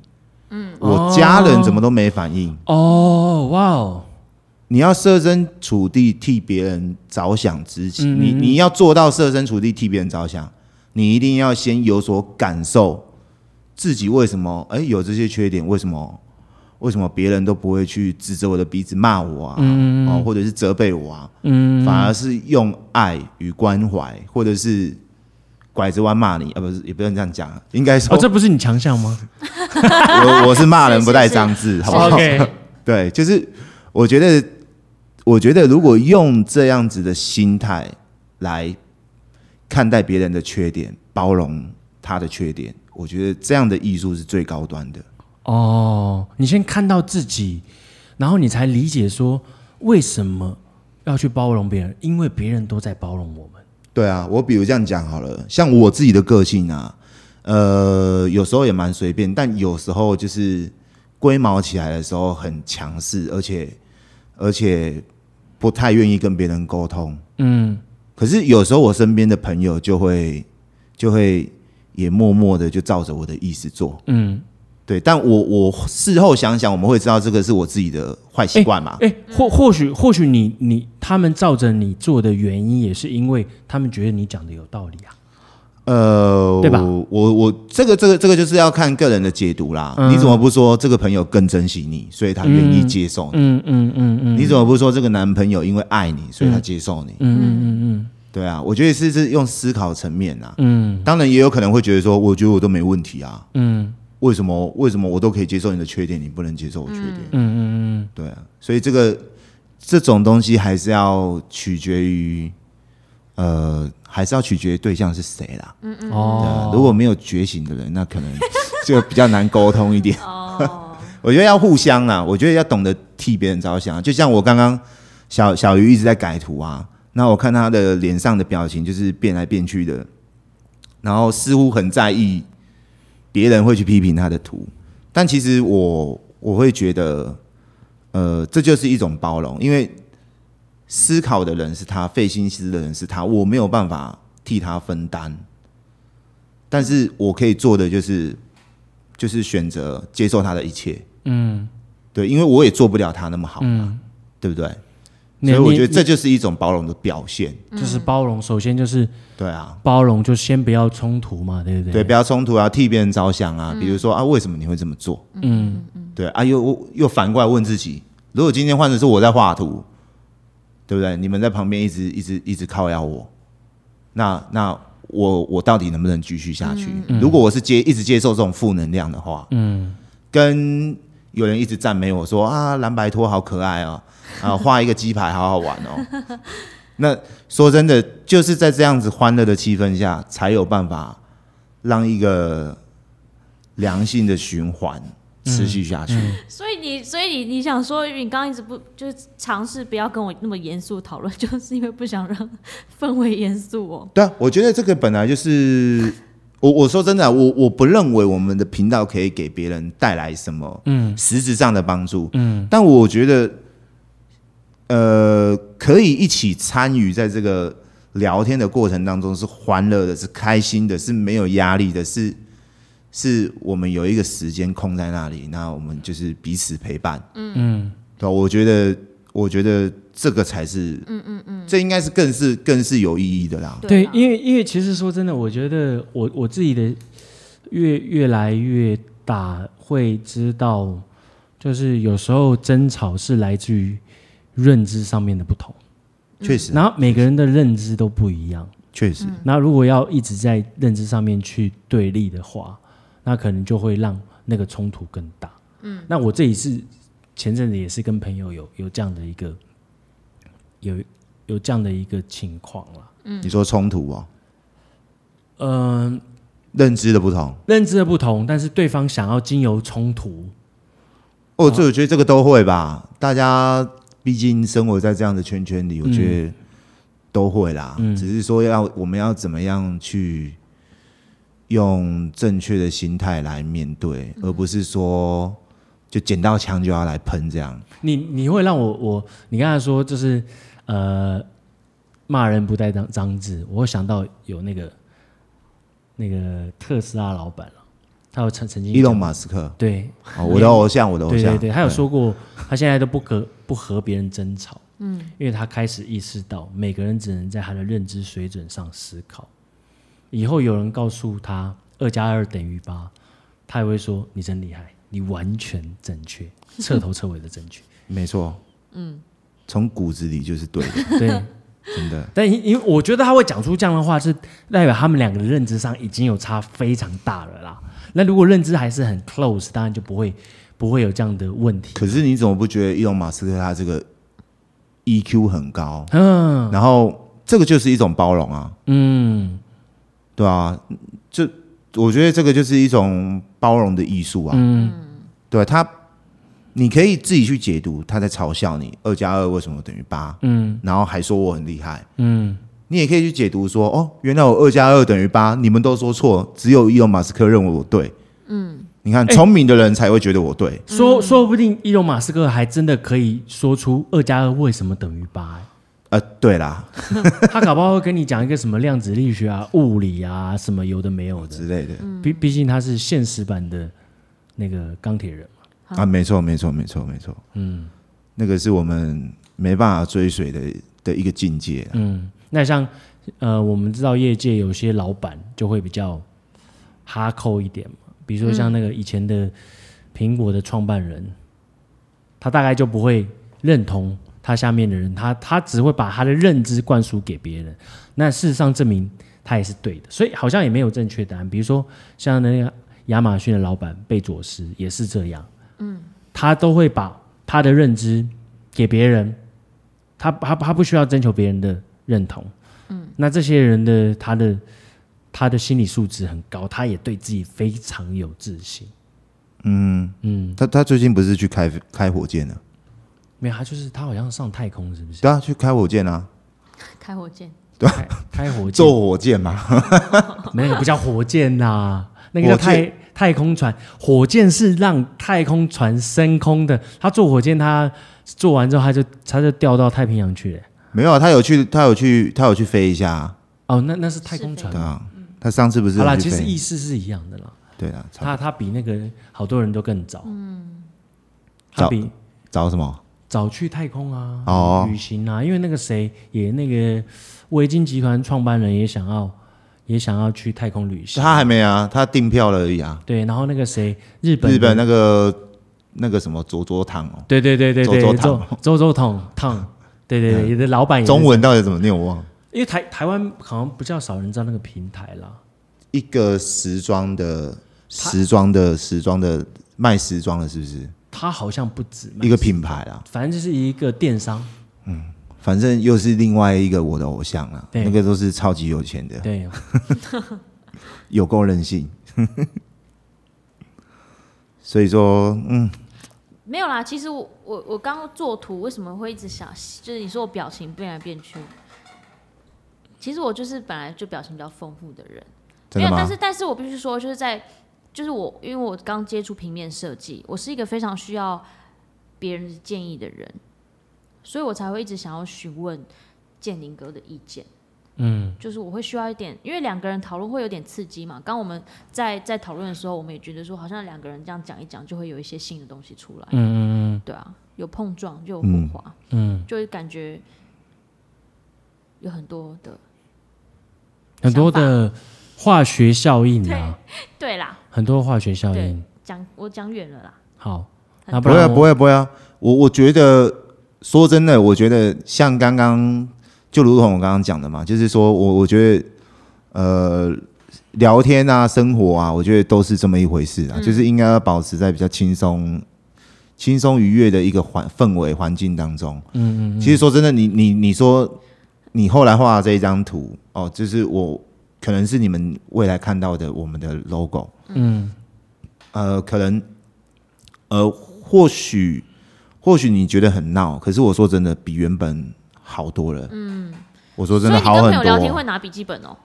S3: 嗯，我家人怎么都没反应？
S1: 哦，哇哦，
S3: 你要设身处地替别人着想之前，你你要做到设身处地替别人着想，你一定要先有所感受，自己为什么哎有这些缺点，为什么为什么别人都不会去指着我的鼻子骂我啊，哦或者是责备我啊，反而是用爱与关怀，或者是拐着弯骂你啊，不是也不能这样讲啊，应该说、
S1: 哦，这不是你强项吗？
S3: 我我是骂人
S2: 是
S3: 不带
S2: 是
S3: 脏字，好不
S2: 是
S3: 好？
S2: 是
S1: OK
S3: 对，就是我觉得，我觉得如果用这样子的心态来看待别人的缺点，包容他的缺点，我觉得这样的艺术是最高端的。
S1: 哦，你先看到自己，然后你才理解说为什么要去包容别人，因为别人都在包容我们。
S3: 对啊，我比如这样讲好了，像我自己的个性啊，呃，有时候也蛮随便，但有时候就是龟毛起来的时候很强势，而且而且不太愿意跟别人沟通。
S1: 嗯，
S3: 可是有时候我身边的朋友就会就会也默默的就照着我的意思做，
S1: 嗯，
S3: 对。但我我事后想想，我们会知道这个是我自己的坏习惯嘛？
S1: 哎、或或许或许你你他们照着你做的原因，也是因为他们觉得你讲的有道理啊。
S3: 呃，
S1: 对吧
S3: 我我我这个这个这个就是要看个人的解读啦。
S1: 嗯
S3: 你怎么不说这个朋友更珍惜你，所以他愿意接受你？
S1: 嗯嗯嗯嗯
S3: 你怎么不说这个男朋友因为爱你，所以他接受你？
S1: 嗯嗯
S3: 对啊，我觉得是是用思考层面啊。
S1: 嗯
S3: 当然也有可能会觉得说，我觉得我都没问题啊，
S1: 嗯
S3: 为什么为什么我都可以接受你的缺点，你不能接受我缺点？
S1: 嗯嗯
S3: 对啊，所以这个这种东西还是要取决于，呃，还是要取决于对象是谁啦。
S1: 嗯嗯
S3: 对啊
S1: 哦，
S3: 如果没有觉醒的人，那可能就比较难沟通一点。
S2: 哦，
S3: 啊我觉得要互相啦，我觉得要懂得替别人着想啊。就像我刚刚小小鱼一直在改图啊，那我看他的脸上的表情就是变来变去的，然后似乎很在意别人会去批评他的图，但其实我我会觉得，呃，这就是一种包容，因为思考的人是他，费心思的人是他，我没有办法替他分担，但是我可以做的就是就是选择接受他的一切，嗯，对，因为我也做不了他那么好嘛，对不对？
S1: 你
S3: 所以我
S1: 嗯你
S3: 觉得这就是一种包容的表现。
S1: 就是包容，首先就是
S3: 对啊，
S1: 包容，就先不要冲突嘛，对不对？
S3: 对，不要冲突啊，替别人着想啊。比如说啊，为什么你会这么做？嗯，对啊，又又反过来问自己，如果今天换成是我在画图，对不对？你们在旁边一直一直一直靠压我，那那我我到底能不能继续下去？
S1: 嗯
S3: 如果我是接一直接受这种负能量的话，嗯，跟有人一直赞美我说啊，蓝白拖好可爱哦，啊，画一个鸡排好好玩哦。那说真的，就是在这样子欢乐的气氛下，才有办法让一个良性的循环持续下去。
S2: 所以你，所以你，你想说，你刚刚一直不就是尝试不要跟我那么严肃讨论，就是因为不想让氛围严肃哦。
S3: 对啊，我觉得这个本来就是我我说真的啊、我我不认为我们的频道可以给别人带来什么嗯实质上的帮助，嗯，但我觉得呃可以一起参与在这个聊天的过程当中是欢乐的，是开心的，是没有压力的，是。是我们有一个时间空在那里，那我们就是彼此陪伴，嗯对啊、我觉得，我觉得这个才是，嗯嗯嗯，这应该是更是更是有意义的啦，
S1: 对
S2: 啊，
S1: 因为因为其实说真的，我觉得我我自己的越越来越大，会知道，就是有时候争吵是来自于认知上面的不同，
S3: 嗯确实，
S1: 然后每个人的认知都不一样。
S3: 确实，
S1: 那如果要一直在认知上面去对立的话，那可能就会让那个冲突更大。嗯，那我这里是前阵子也是跟朋友有有这样的一个有有这样的一个情况啦。
S3: 你说冲突哦，
S1: 嗯、
S3: 认知的不同，
S1: 认知的不同，但是对方想要经由冲突，
S3: 哦，这我觉得这个都会吧，大家毕竟生活在这样的圈圈里，我觉
S1: 嗯
S3: 得都会啦，只是说要我们要怎么样去用正确的心态来面对，
S1: 嗯
S3: 而不是说就捡到枪就要来喷这样，
S1: 你你会让我我你刚才说就是呃骂人不带脏脏字，我会想到有那个那个特斯拉老板了，他有曾曾经
S3: 伊隆
S1: 讲
S3: 马斯克，
S1: 对
S3: 哦，我的偶像，我的偶
S1: 对
S3: 像，哎
S1: 对对，他有说过，他现在都不和不和别人争吵，嗯，因为他开始意识到每个人只能在他的认知水准上思考。以后有人告诉他二加二等于八，他也会说你真厉害，你完全正确，彻头彻尾的正确。
S3: 没错，嗯，从骨子里就是对的，
S1: 对，
S3: 真的，
S1: 但因因为我觉得他会讲出这样的话，是代表他们两个的认知上已经有差非常大了啦。那如果认知还是很 close，当然就不会不会有这样的问题。
S3: 可是你怎么不觉得伊隆马斯克他这个 EQ 很高？
S1: 嗯
S3: 然后这个就是一种包容啊，
S1: 嗯
S3: 对啊，就我觉得这个就是一种包容的艺术啊，
S1: 嗯，
S3: 对啊他你可以自己去解读他在嘲笑你二加二为什么等于八，嗯，然后还说我很厉害，嗯，你也可以去解读说哦，原来我二加二等于八，你们都说错，只有伊隆马斯克认为我对，嗯，你看聪明的人才会觉得我对，
S1: 说说不定伊隆马斯克还真的可以说出二加二为什么等于八、
S3: 呃，对啦
S1: 他搞不好会跟你讲一个什么量子力学啊、物理啊什么有的没有的。
S3: 之类的，
S1: 毕毕竟他是现实版的那个钢铁人嘛。
S3: 啊，没错，没错，没错，没错。嗯，那个是我们没办法追随的的一个境界啊。
S1: 嗯，那像呃，我们知道业界有些老板就会比较哈扣一点嘛，比如说像那个以前的苹果的创办人，他大概就不会认同他下面的人，他他只会把他的认知灌输给别人。那事实上证明他也是对的，所以好像也没有正确答案。比如说像那个亚马逊的老板贝佐斯也是这样，嗯，他都会把他的认知给别人，他他他不需要征求别人的认同，嗯，那这些人的他的他的心理素质很高，他也对自己非常有自信。
S3: 嗯他他最近不是去开开火箭了？
S1: 没有，他就是他好像上太空是不是？
S3: 对啊，去开火箭啊，
S2: 开火箭，
S1: 开开火箭
S3: 坐，火箭 嘛，
S1: 没有那个不叫火箭呐、那个叫
S3: 火箭
S1: 太太空船。火箭是让太空船升空的，他坐火箭，他做完之后他就他就掉到太平洋去了。
S3: 没有啊，他有去，他有去，他有去飞一下、啊，
S1: 哦，那那是太空船
S3: 对。啊，他上次不是
S1: 好啦，
S3: 有
S1: 其
S3: 去
S1: 实
S3: 飞？
S1: 意思是一样的啦。
S3: 对啊，找
S1: 他他比那个好多人都更早，嗯，他
S3: 早
S1: 比
S3: 找什么？
S1: 早去太空啊，
S3: 哦
S1: 旅行啊，因为那个谁也那个维京集团创办人也想要也想要去太空旅行，
S3: 他还没啊，他订票了而已啊。
S1: 对，然后那个谁日本
S3: 日本
S1: 的
S3: 那个那个什么佐佐堂哦，
S1: 对对对对对，
S3: 周
S1: 周
S3: 周堂
S1: 周周统烫，对对对，你的老板也是
S3: 中，文到底怎么念我忘了。
S1: 因为台台湾好像比较少人知道那个平台啦，
S3: 一个时装的时装的时装的卖时装的，是不是
S1: 他好像不止嘛
S3: 一个，品牌啊啦？
S1: 反正就是一个电商，
S3: 反正又是另外一个我的偶像啦，
S1: 对
S3: 那个都是超级有钱的，
S1: 对，
S3: 有够任性。 所以说，嗯，
S2: 没有啦。其实我我我刚刚做图，为什么会一直想，就是你说我表情变来变去。其实我就是本来就表情比较丰富的人，
S3: 真
S2: 没有，
S3: 的吗
S2: 但是？但是我必须说，就是在就是我，因为我刚接触平面设计，我是一个非常需要别人的建议的人，所以我才会一直想要询问建宁哥的意见。嗯，就是我会需要一点，因为两个人讨论会有点刺激嘛。刚我们在在讨论的时候，我们也觉得说，好像两个人这样讲一讲，就会有一些新的东西出来。嗯嗯嗯，对啊，有碰撞就有火花，嗯，就会感觉有很多的
S1: 很多的化学效应啊，
S2: 对啦，
S1: 很多化学效
S2: 对
S1: 应。
S2: 讲我讲远了啦。
S1: 好，
S2: 很
S1: 那
S3: 不
S1: 不
S3: 会啊，
S1: 然
S3: 不
S1: 我
S3: 会啊，不会啊。我我觉得说真的，我觉得像刚刚就如同我刚刚讲的嘛，就是说我我觉得呃聊天啊、生活啊，我觉得都是这么一回事啊，
S2: 嗯
S3: 就是应该要保持在比较轻松、轻松愉悦的一个环氛围环境当中。嗯嗯其实说真的，你你你说你后来画的这一张图哦，就是我可能是你们未来看到的我们的 logo。嗯。呃，可能呃，或许或许你觉得很闹，可是我说真的，比原本好多了。嗯，我说真的
S2: 所以你
S3: 好
S2: 跟朋
S3: 很
S2: 友聊天会
S3: 多。
S2: 拿笔记本哦，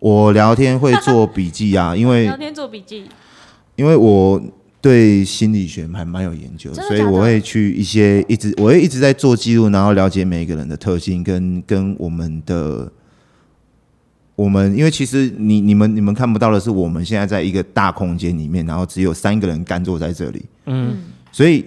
S3: 我聊天会做笔记啊，因为
S2: 聊天做笔记，
S3: 因为我对心理学还蛮有研究，
S2: 真的
S3: 所以
S2: 假的
S3: 我会去一些一直我会一直在做记录，然后了解每一个人的特性跟跟我们的。我们因为其实你你们你们看不到的是，我们现在在一个大空间里面，然后只有三个人干坐在这里，
S2: 嗯，
S3: 所以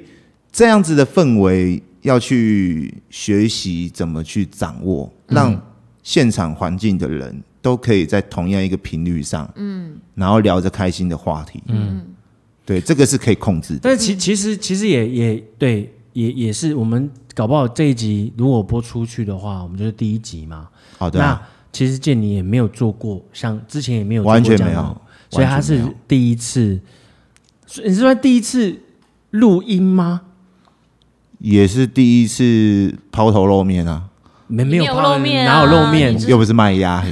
S3: 这样子的氛围要去学习怎么去掌握，
S1: 嗯
S3: 让现场环境的人都可以在同样一个频率上，嗯，然后聊着开心的话题，嗯，对，这个是可以控制的，
S1: 但是其其实其实也也对，也也是我们搞不好这一集如果播出去的话，我们就是第一集嘛。
S3: 好的、
S1: 那
S3: 啊，
S1: 其实建你也没有做过，像之前也没有做过
S3: 完全
S1: 这样
S3: 没
S1: 的
S3: 有，
S1: 所以他
S3: 完全没
S1: 是
S3: 有
S1: 第一次，所以你是说第一次录音吗？
S3: 也是第一次抛头露面啊，
S1: 没
S2: 你
S1: 没有
S2: 没有
S1: 泡
S2: 露面
S1: 哪有
S2: 啊
S1: 露面
S2: 你？是
S3: 又不是卖 鸭，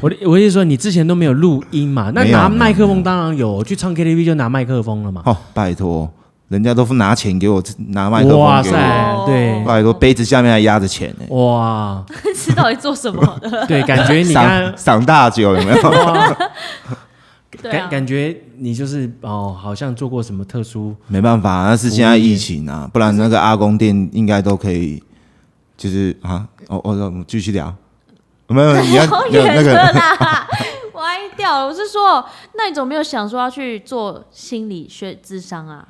S1: 我的我意思说，你之前都没有录音嘛？那
S3: 没有
S1: 拿
S3: 没有
S1: 麦克风当然有，去唱 KTV 就拿麦克风了嘛。
S3: 哦，拜托，人家都拿钱给我，拿麦克风给我，
S1: 哇塞，对，
S3: 拜托，杯子下面还压着钱呢、
S2: 哦
S1: 哇，
S2: 是到底做什么 的？
S1: 对，感觉哎你看
S3: 赏赏大酒有没有？
S2: 对
S1: 感
S2: 啊，
S1: 感觉你就是哦，好像做过什么特殊，
S3: 没办法，那是现在疫情啊，不然那个阿公店应该都可以，就是啊，哦哦，我们继续聊，没 有，呃你要
S2: 好
S3: 那
S2: 远
S3: 那个
S2: 了 啦，歪掉了。我是说，那你怎么没有想说要去做心理学智商啊？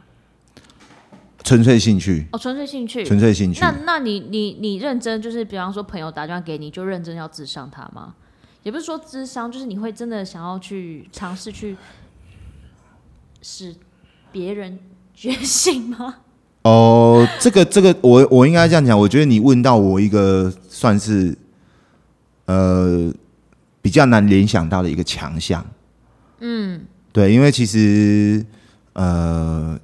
S3: 纯粹兴趣，
S2: 哦，纯粹兴趣。
S3: 纯粹兴趣
S2: 那，那你你你认真就是，比方说朋友打电话给你，就认真要智商他吗？也不是说智商，就是你会真的想要去尝试去使别人觉醒 吗？
S3: 哦，这个这个，我我应该这样讲，我觉得你问到我一个算是呃比较难联想到的一个强项，嗯，对，因为其实呃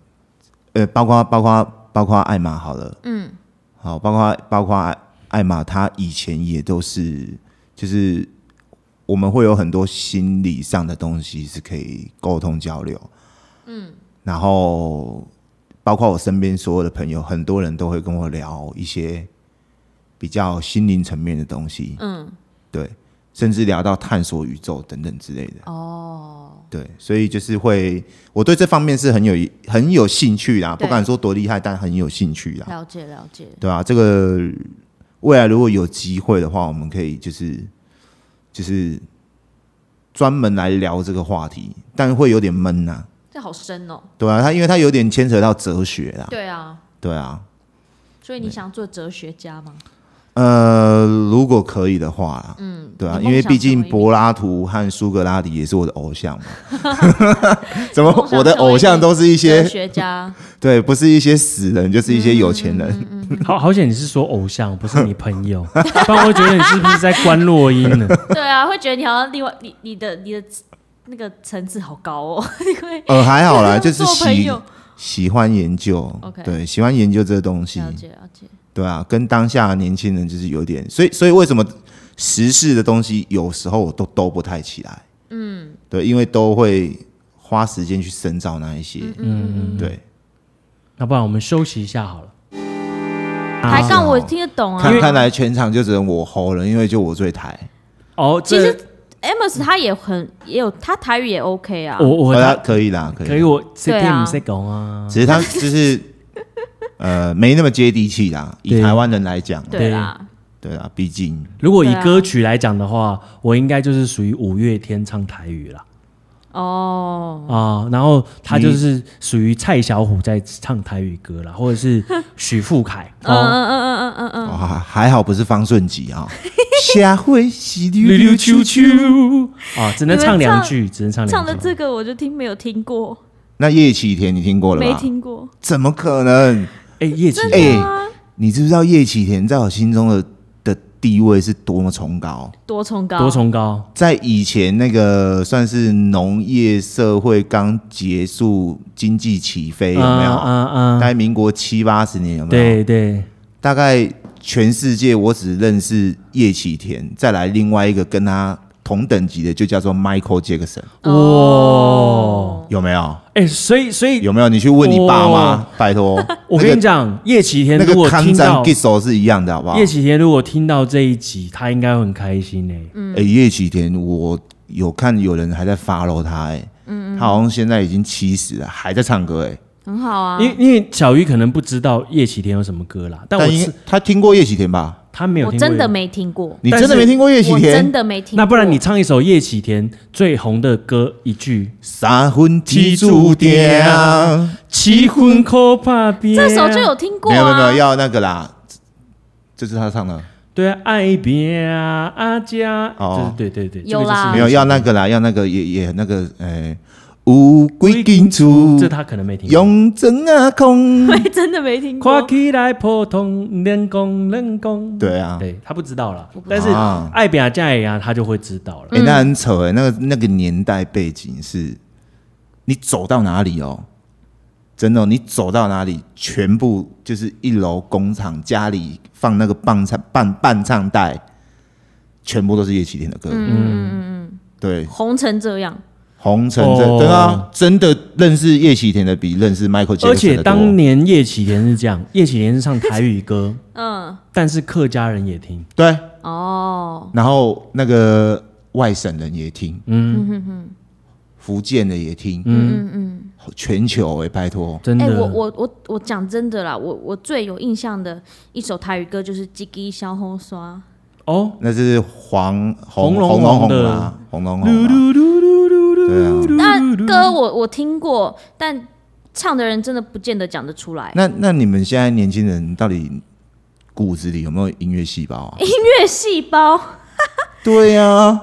S3: 呃，包括包括包括艾玛好了，嗯，好，包括包括艾艾玛，她以前也都是就是。我们会有很多心理上的东西是可以沟通交流，嗯，然后包括我身边所有的朋友，很多人都会跟我聊一些比较心灵层面的东西，
S2: 嗯，
S3: 对，甚至聊到探索宇宙等等之类的。
S2: 哦，
S3: 对，所以就是会，我对这方面是很有很有兴趣啦，
S2: 对
S3: 不敢说多厉害，但很有兴趣啦，
S2: 了解了解，
S3: 对啊，这个未来如果有机会的话，我们可以就是就是专门来聊这个话题，但会有点闷呐、
S2: 这好深哦。
S3: 对啊，它因为它有点牵扯到哲学啦，
S2: 对啊，
S3: 对啊，
S2: 所以你想做哲学家吗？
S3: 呃，如果可以的话啦，嗯，对啊，
S2: 你梦
S3: 因为
S2: 想
S3: 毕竟
S2: 成为
S3: 柏拉图和苏格拉底也是我的偶像嘛， 怎么
S2: 你梦想
S3: 我的
S2: 成为
S3: 偶像都是一些
S2: 哲学家，
S3: 对，不是一些死人，就是一些有钱人。
S2: 嗯
S1: 好好险你是说偶像，不是你朋 友，不然我会觉得你是不是在关落音呢？
S2: 对啊，会觉得你好像另外你你的你的那个层次好高哦，因为
S3: 呃，还 好啦，就是
S2: 做朋
S3: 喜
S2: 友。
S3: 喜欢研究
S2: OK
S3: 对，喜欢研究这个东西
S2: 了，解了解，
S3: 对啊，跟当下的年轻人就是有点，所以所以为什么时事的东西有时候我都兜不太起来，嗯，对，因为都会花时间去深造那一些，
S1: 嗯，
S3: 对，
S1: 那不然我们休息一下好了。
S2: 抬杠
S3: 哦
S2: 我听得懂啊
S3: 看。看来全场就只能我吼了，因为就我最台，
S1: 哦，
S2: 其
S1: 这
S2: 实 Amos 他也很也有他台语也 OK 啊
S1: 我，我
S3: 呃可以啦，可以啦，
S1: 可以我这
S2: 对
S1: 天
S2: 啊
S1: 不是讲啊，
S3: 只是他就是。 呃，没那么接地气啦。以
S1: 对
S3: 台湾人来讲，啊
S2: 对啦，
S3: 对啊，毕竟
S1: 如果以
S2: 对啊
S1: 歌曲来讲的话，我应该就是属于五月天唱台语
S2: 啊
S1: 啦。
S2: 哦，
S1: 啊，然后他就是属于蔡小虎在唱台语歌啦，或者是许富凯
S2: 嗯
S1: 哦，
S2: 嗯嗯嗯嗯嗯，
S3: 哦，还还好不是方顺吉啊，下回是溜
S1: 溜溜
S3: 溜
S1: 啾
S3: 球球。
S1: 啾啊，只能唱两句，只能唱
S2: 嗯唱的
S1: 两句。
S2: 这个我就听没有听过，
S3: 那叶启田你听过了
S2: 没
S3: 吧？
S2: 听过，
S3: 怎么可能？
S1: 哎，叶启
S2: 真
S1: 田
S2: 的吗？
S3: 你知不知道叶启田在我心中的的地位是多么崇高？
S2: 多重高，
S1: 多重高，
S3: 在以前那个算是农业社会刚结束、经济起飞，有没有？
S1: 啊
S3: 大！概民国七八十年有没有？，
S1: 对对，
S3: 大概全世界我只认识叶启田，再来另外一个跟他同等级的就叫做 Michael Jackson，
S2: 哦
S1: 哇！
S3: 有没有？
S1: 哎，所以所以，
S3: 有没有？你去问你爸妈，
S1: 哦
S3: 拜 托。
S1: 我跟你讲，叶启田
S3: 那
S1: 如
S3: 个
S1: 果
S3: 康
S1: 听
S3: 赞
S1: 到
S3: g i s o 是一样的，好不好？
S1: 叶启田如果听到这一集，他应该会很开心
S2: 嗯
S1: 哎。
S3: 哎，叶启田，我有看有人还在 follow 他，哎，
S1: 嗯
S3: 他好像现在已经七十了，还在唱歌，哎，
S2: 很好啊，
S1: 因为因为小鱼可能不知道叶启田有什么歌啦，但我
S3: 但应
S1: 是
S3: 他听过叶启田吧？
S1: 他没有
S2: 我
S1: 听过
S2: 真的
S1: 有
S2: 没听过，
S3: 你
S1: 但
S3: 真的
S1: 是
S3: 没听过叶启
S2: 我真
S3: 田？
S2: 的没听过。
S1: 那不然你唱一首叶启田最红的歌一句，
S3: 三分天注定，
S1: 七分靠怕边。
S2: 这首就有听过
S3: 没有没有没有，
S2: 啊，
S3: 要那个啦，这是他唱的，
S1: 对啊，爱别啊阿家，
S3: 哦
S1: 哦，对对对，
S2: 有啦啊
S3: 没有要那个啦，要那个也也那个，哎，有几间
S1: 这
S3: 厝
S1: 个是，这他可能没听过。
S3: 永枕啊空。
S2: 我 真的没 听
S1: 跨
S2: 过。
S1: 起来普通练功练功，
S3: 对啊，
S1: 对哎他不知道啦，
S2: 不知
S1: 但
S2: 道
S1: 是
S3: 啊
S1: 爱别家也啊，他就会知道了。
S3: 哎、那很扯哎、那个那个年代背景是，你走到哪里哦，真的哦、你走到哪里，全部就是一楼工厂家里放那个伴唱伴伴唱带，全部都是叶启田的歌，
S1: 嗯，
S3: 对，
S2: 红成这样，
S3: 红尘这、
S1: 哦
S3: 对啊，真的认识叶启田的比认识 Michael
S1: 而
S3: Jackson
S1: 且
S3: 的
S1: 当
S3: 多，
S1: 年叶启田是这样，叶启田是唱台语歌，
S2: 嗯，哎
S1: 但是客家人也听，
S3: 对，
S2: 哦，
S3: 然后那个外省人也听，
S1: 嗯
S3: 福建的也听，
S1: 嗯，
S2: 嗯嗯，
S3: 全球哎、拜托，
S1: 真
S2: 哎，我
S1: 的，
S2: 我我我讲真的啦，我我最有印象的一首台语歌就是《叽叽小红刷
S1: 哦，
S3: 那是黄红
S1: 红龙
S3: 红
S1: 红的
S3: 啦，红龙红啦。哦对啊，》，
S2: 那歌我我听过，但唱的人真的不见得讲得出来。
S3: 那那你们现在年轻人到底骨子里有没有音乐细胞啊？
S2: 音乐细胞，
S1: 哎
S3: 对呀、啊，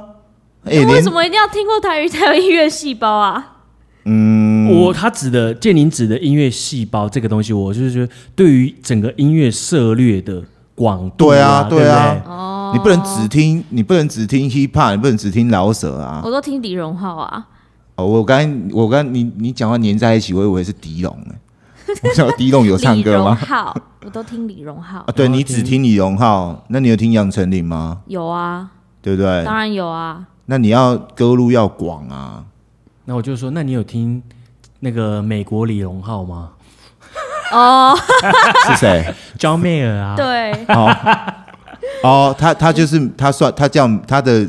S3: 哎、
S2: 那为
S3: 连
S2: 什么一定要听过台语才有音乐细胞啊？
S3: 嗯
S1: 我他指的建宁指的音乐细胞这个东西，我就是觉得对于整个音乐涉略的广度、
S3: 对啊
S1: 啊，
S3: 对啊
S1: 不对
S2: 哦，
S3: 你不能只听，你不能只听 hip hop，你不能只听饶舌啊。
S2: 我都听李荣浩啊。
S3: 哦，我刚才我刚才你你讲话粘在一起，我以为是狄龙呢、我知道狄龙有唱
S2: 李
S3: 歌
S2: 荣
S3: 吗？
S2: 浩，我都听李荣浩
S3: 啊，。对你只听李荣浩，那你有听杨丞琳吗？
S2: 有啊，
S3: 对不
S1: 哎
S3: 对？
S2: 当然有啊。
S3: 那你要歌路要广啊。
S1: 那我就说，那你有听那个美国李荣浩吗？啊
S2: 哦，
S3: 是 谁？
S1: John Mayer 啊，
S2: 对，
S3: 哦哦，他他就是他算他叫他的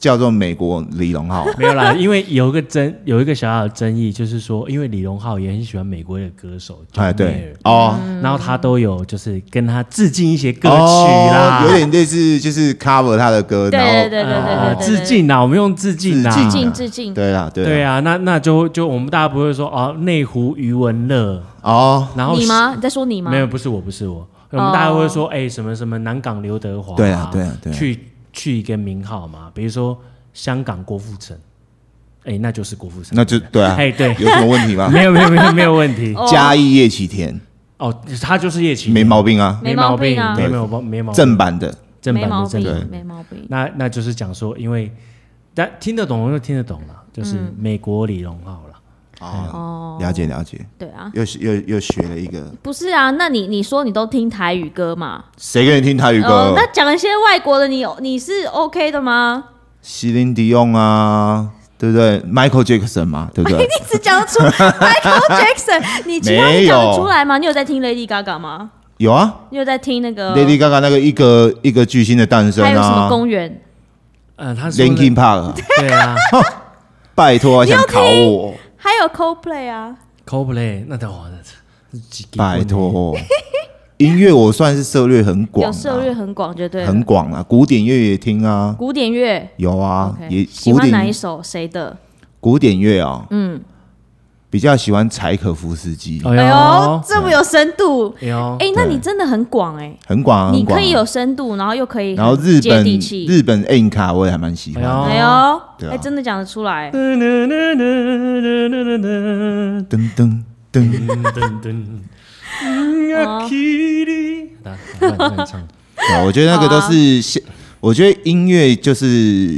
S3: 叫做美国李荣 浩，
S1: 没有啦，因为有一个争有一个小小的争议，就是说，因为李荣浩也很喜欢美国的歌手 John
S3: 哎
S1: Mayer，
S3: 对、哦。
S2: 嗯
S1: 然后他都有就是跟他致敬一些歌曲
S3: 哦
S1: 啦，
S3: 有点类似就是 cover 他的歌，
S2: 对
S3: 然
S2: 对
S3: 后
S2: 对对
S1: 呃
S2: 对对，
S1: 致敬啦，我们用致敬啦，
S2: 致敬致敬，
S3: 对啦，
S1: 对
S3: 啦，
S1: 啊，那那就就我们大家不会说哦，内湖余文乐，
S3: 哦，
S1: 然后
S2: 你吗？你在说你吗？哦
S1: 没有，，不是我，不是我，我们大家会说，哎、什么什么南港刘德华、
S3: 对啊对啊对啊
S1: 去去一个名号嘛，比如说香港郭富城，哎、那就是郭富城，
S3: 那就对啊，
S1: 哎、对，
S3: 有什么问 题吗？
S1: 没有没有没有没有问题，
S2: 哦
S3: 嘉义叶启田
S1: 哦，他就是叶启田，
S3: 没毛病啊，
S1: 没
S2: 没
S1: 毛
S2: 毛
S1: 病
S2: 病啊
S1: 没有没有毛没毛病
S3: 正版的，
S1: 正
S2: 没
S1: 版
S2: 毛
S1: 的正版，
S2: 病，没毛病，
S1: 那那就是讲说，因为但听得懂就听得懂了，就是美国李荣浩了，
S3: 哦，了解了解，
S2: 对啊，
S3: 又又又学了一个，
S2: 不是啊，那你你说你都听台语歌嘛？
S3: 谁给你听台语
S2: 呃
S3: 歌，？
S2: 那讲一些外国的你，有你是 OK 的吗？
S3: 席琳迪翁啊，对不对？Michael Jackson 嘛，对不 对？
S2: 一直讲得出 Michael Jackson，你其他
S3: 没
S2: 你
S3: 有
S2: 讲得出来吗？你有在听 Lady Gaga 吗？
S3: 有啊
S2: 你有在听那个
S3: ，Lady Gaga 那个一个一个巨星的诞生
S2: 还有什么
S3: 啊
S2: 公园？
S1: 嗯、呃，他是
S3: ，Linkin Park，
S1: 对啊
S3: 拜 托，想考我，
S2: 还有 Coldplay 啊？
S1: ，CoPlay，那等我，那几个
S3: 拜
S1: 问题
S3: 托，音乐我算是涉猎很广
S2: 有
S3: 啊，
S2: 涉猎很广，就对了
S3: 很广啊，古典乐也听啊，
S2: 古典乐
S3: 有啊，也
S2: ，OK，喜
S3: 古
S2: 欢哪
S3: 典
S2: 一首？谁的？
S3: 古典乐啊，嗯，比较喜欢柴可夫斯基，
S1: 哎
S2: 哎呦
S1: 呦，，
S2: 这么有深度！
S1: 哎呦，
S2: 哎，那你真的很广哎，
S3: 哦很广啊，
S2: 你
S3: 很广
S2: 可
S3: 啊
S2: 以有深度，然后又可以
S3: 然后
S2: 很
S3: 日
S2: 接
S3: 本
S2: 地气。
S3: 日本 N 卡我也还蛮喜欢的，
S1: 哎
S2: 哎
S3: 对
S2: 呦，
S3: 啊
S2: 哎，真的讲得出来。
S3: 噔噔噔，
S1: 嗯啊哦
S3: 对啊我觉得那个都是现，我觉得音乐就是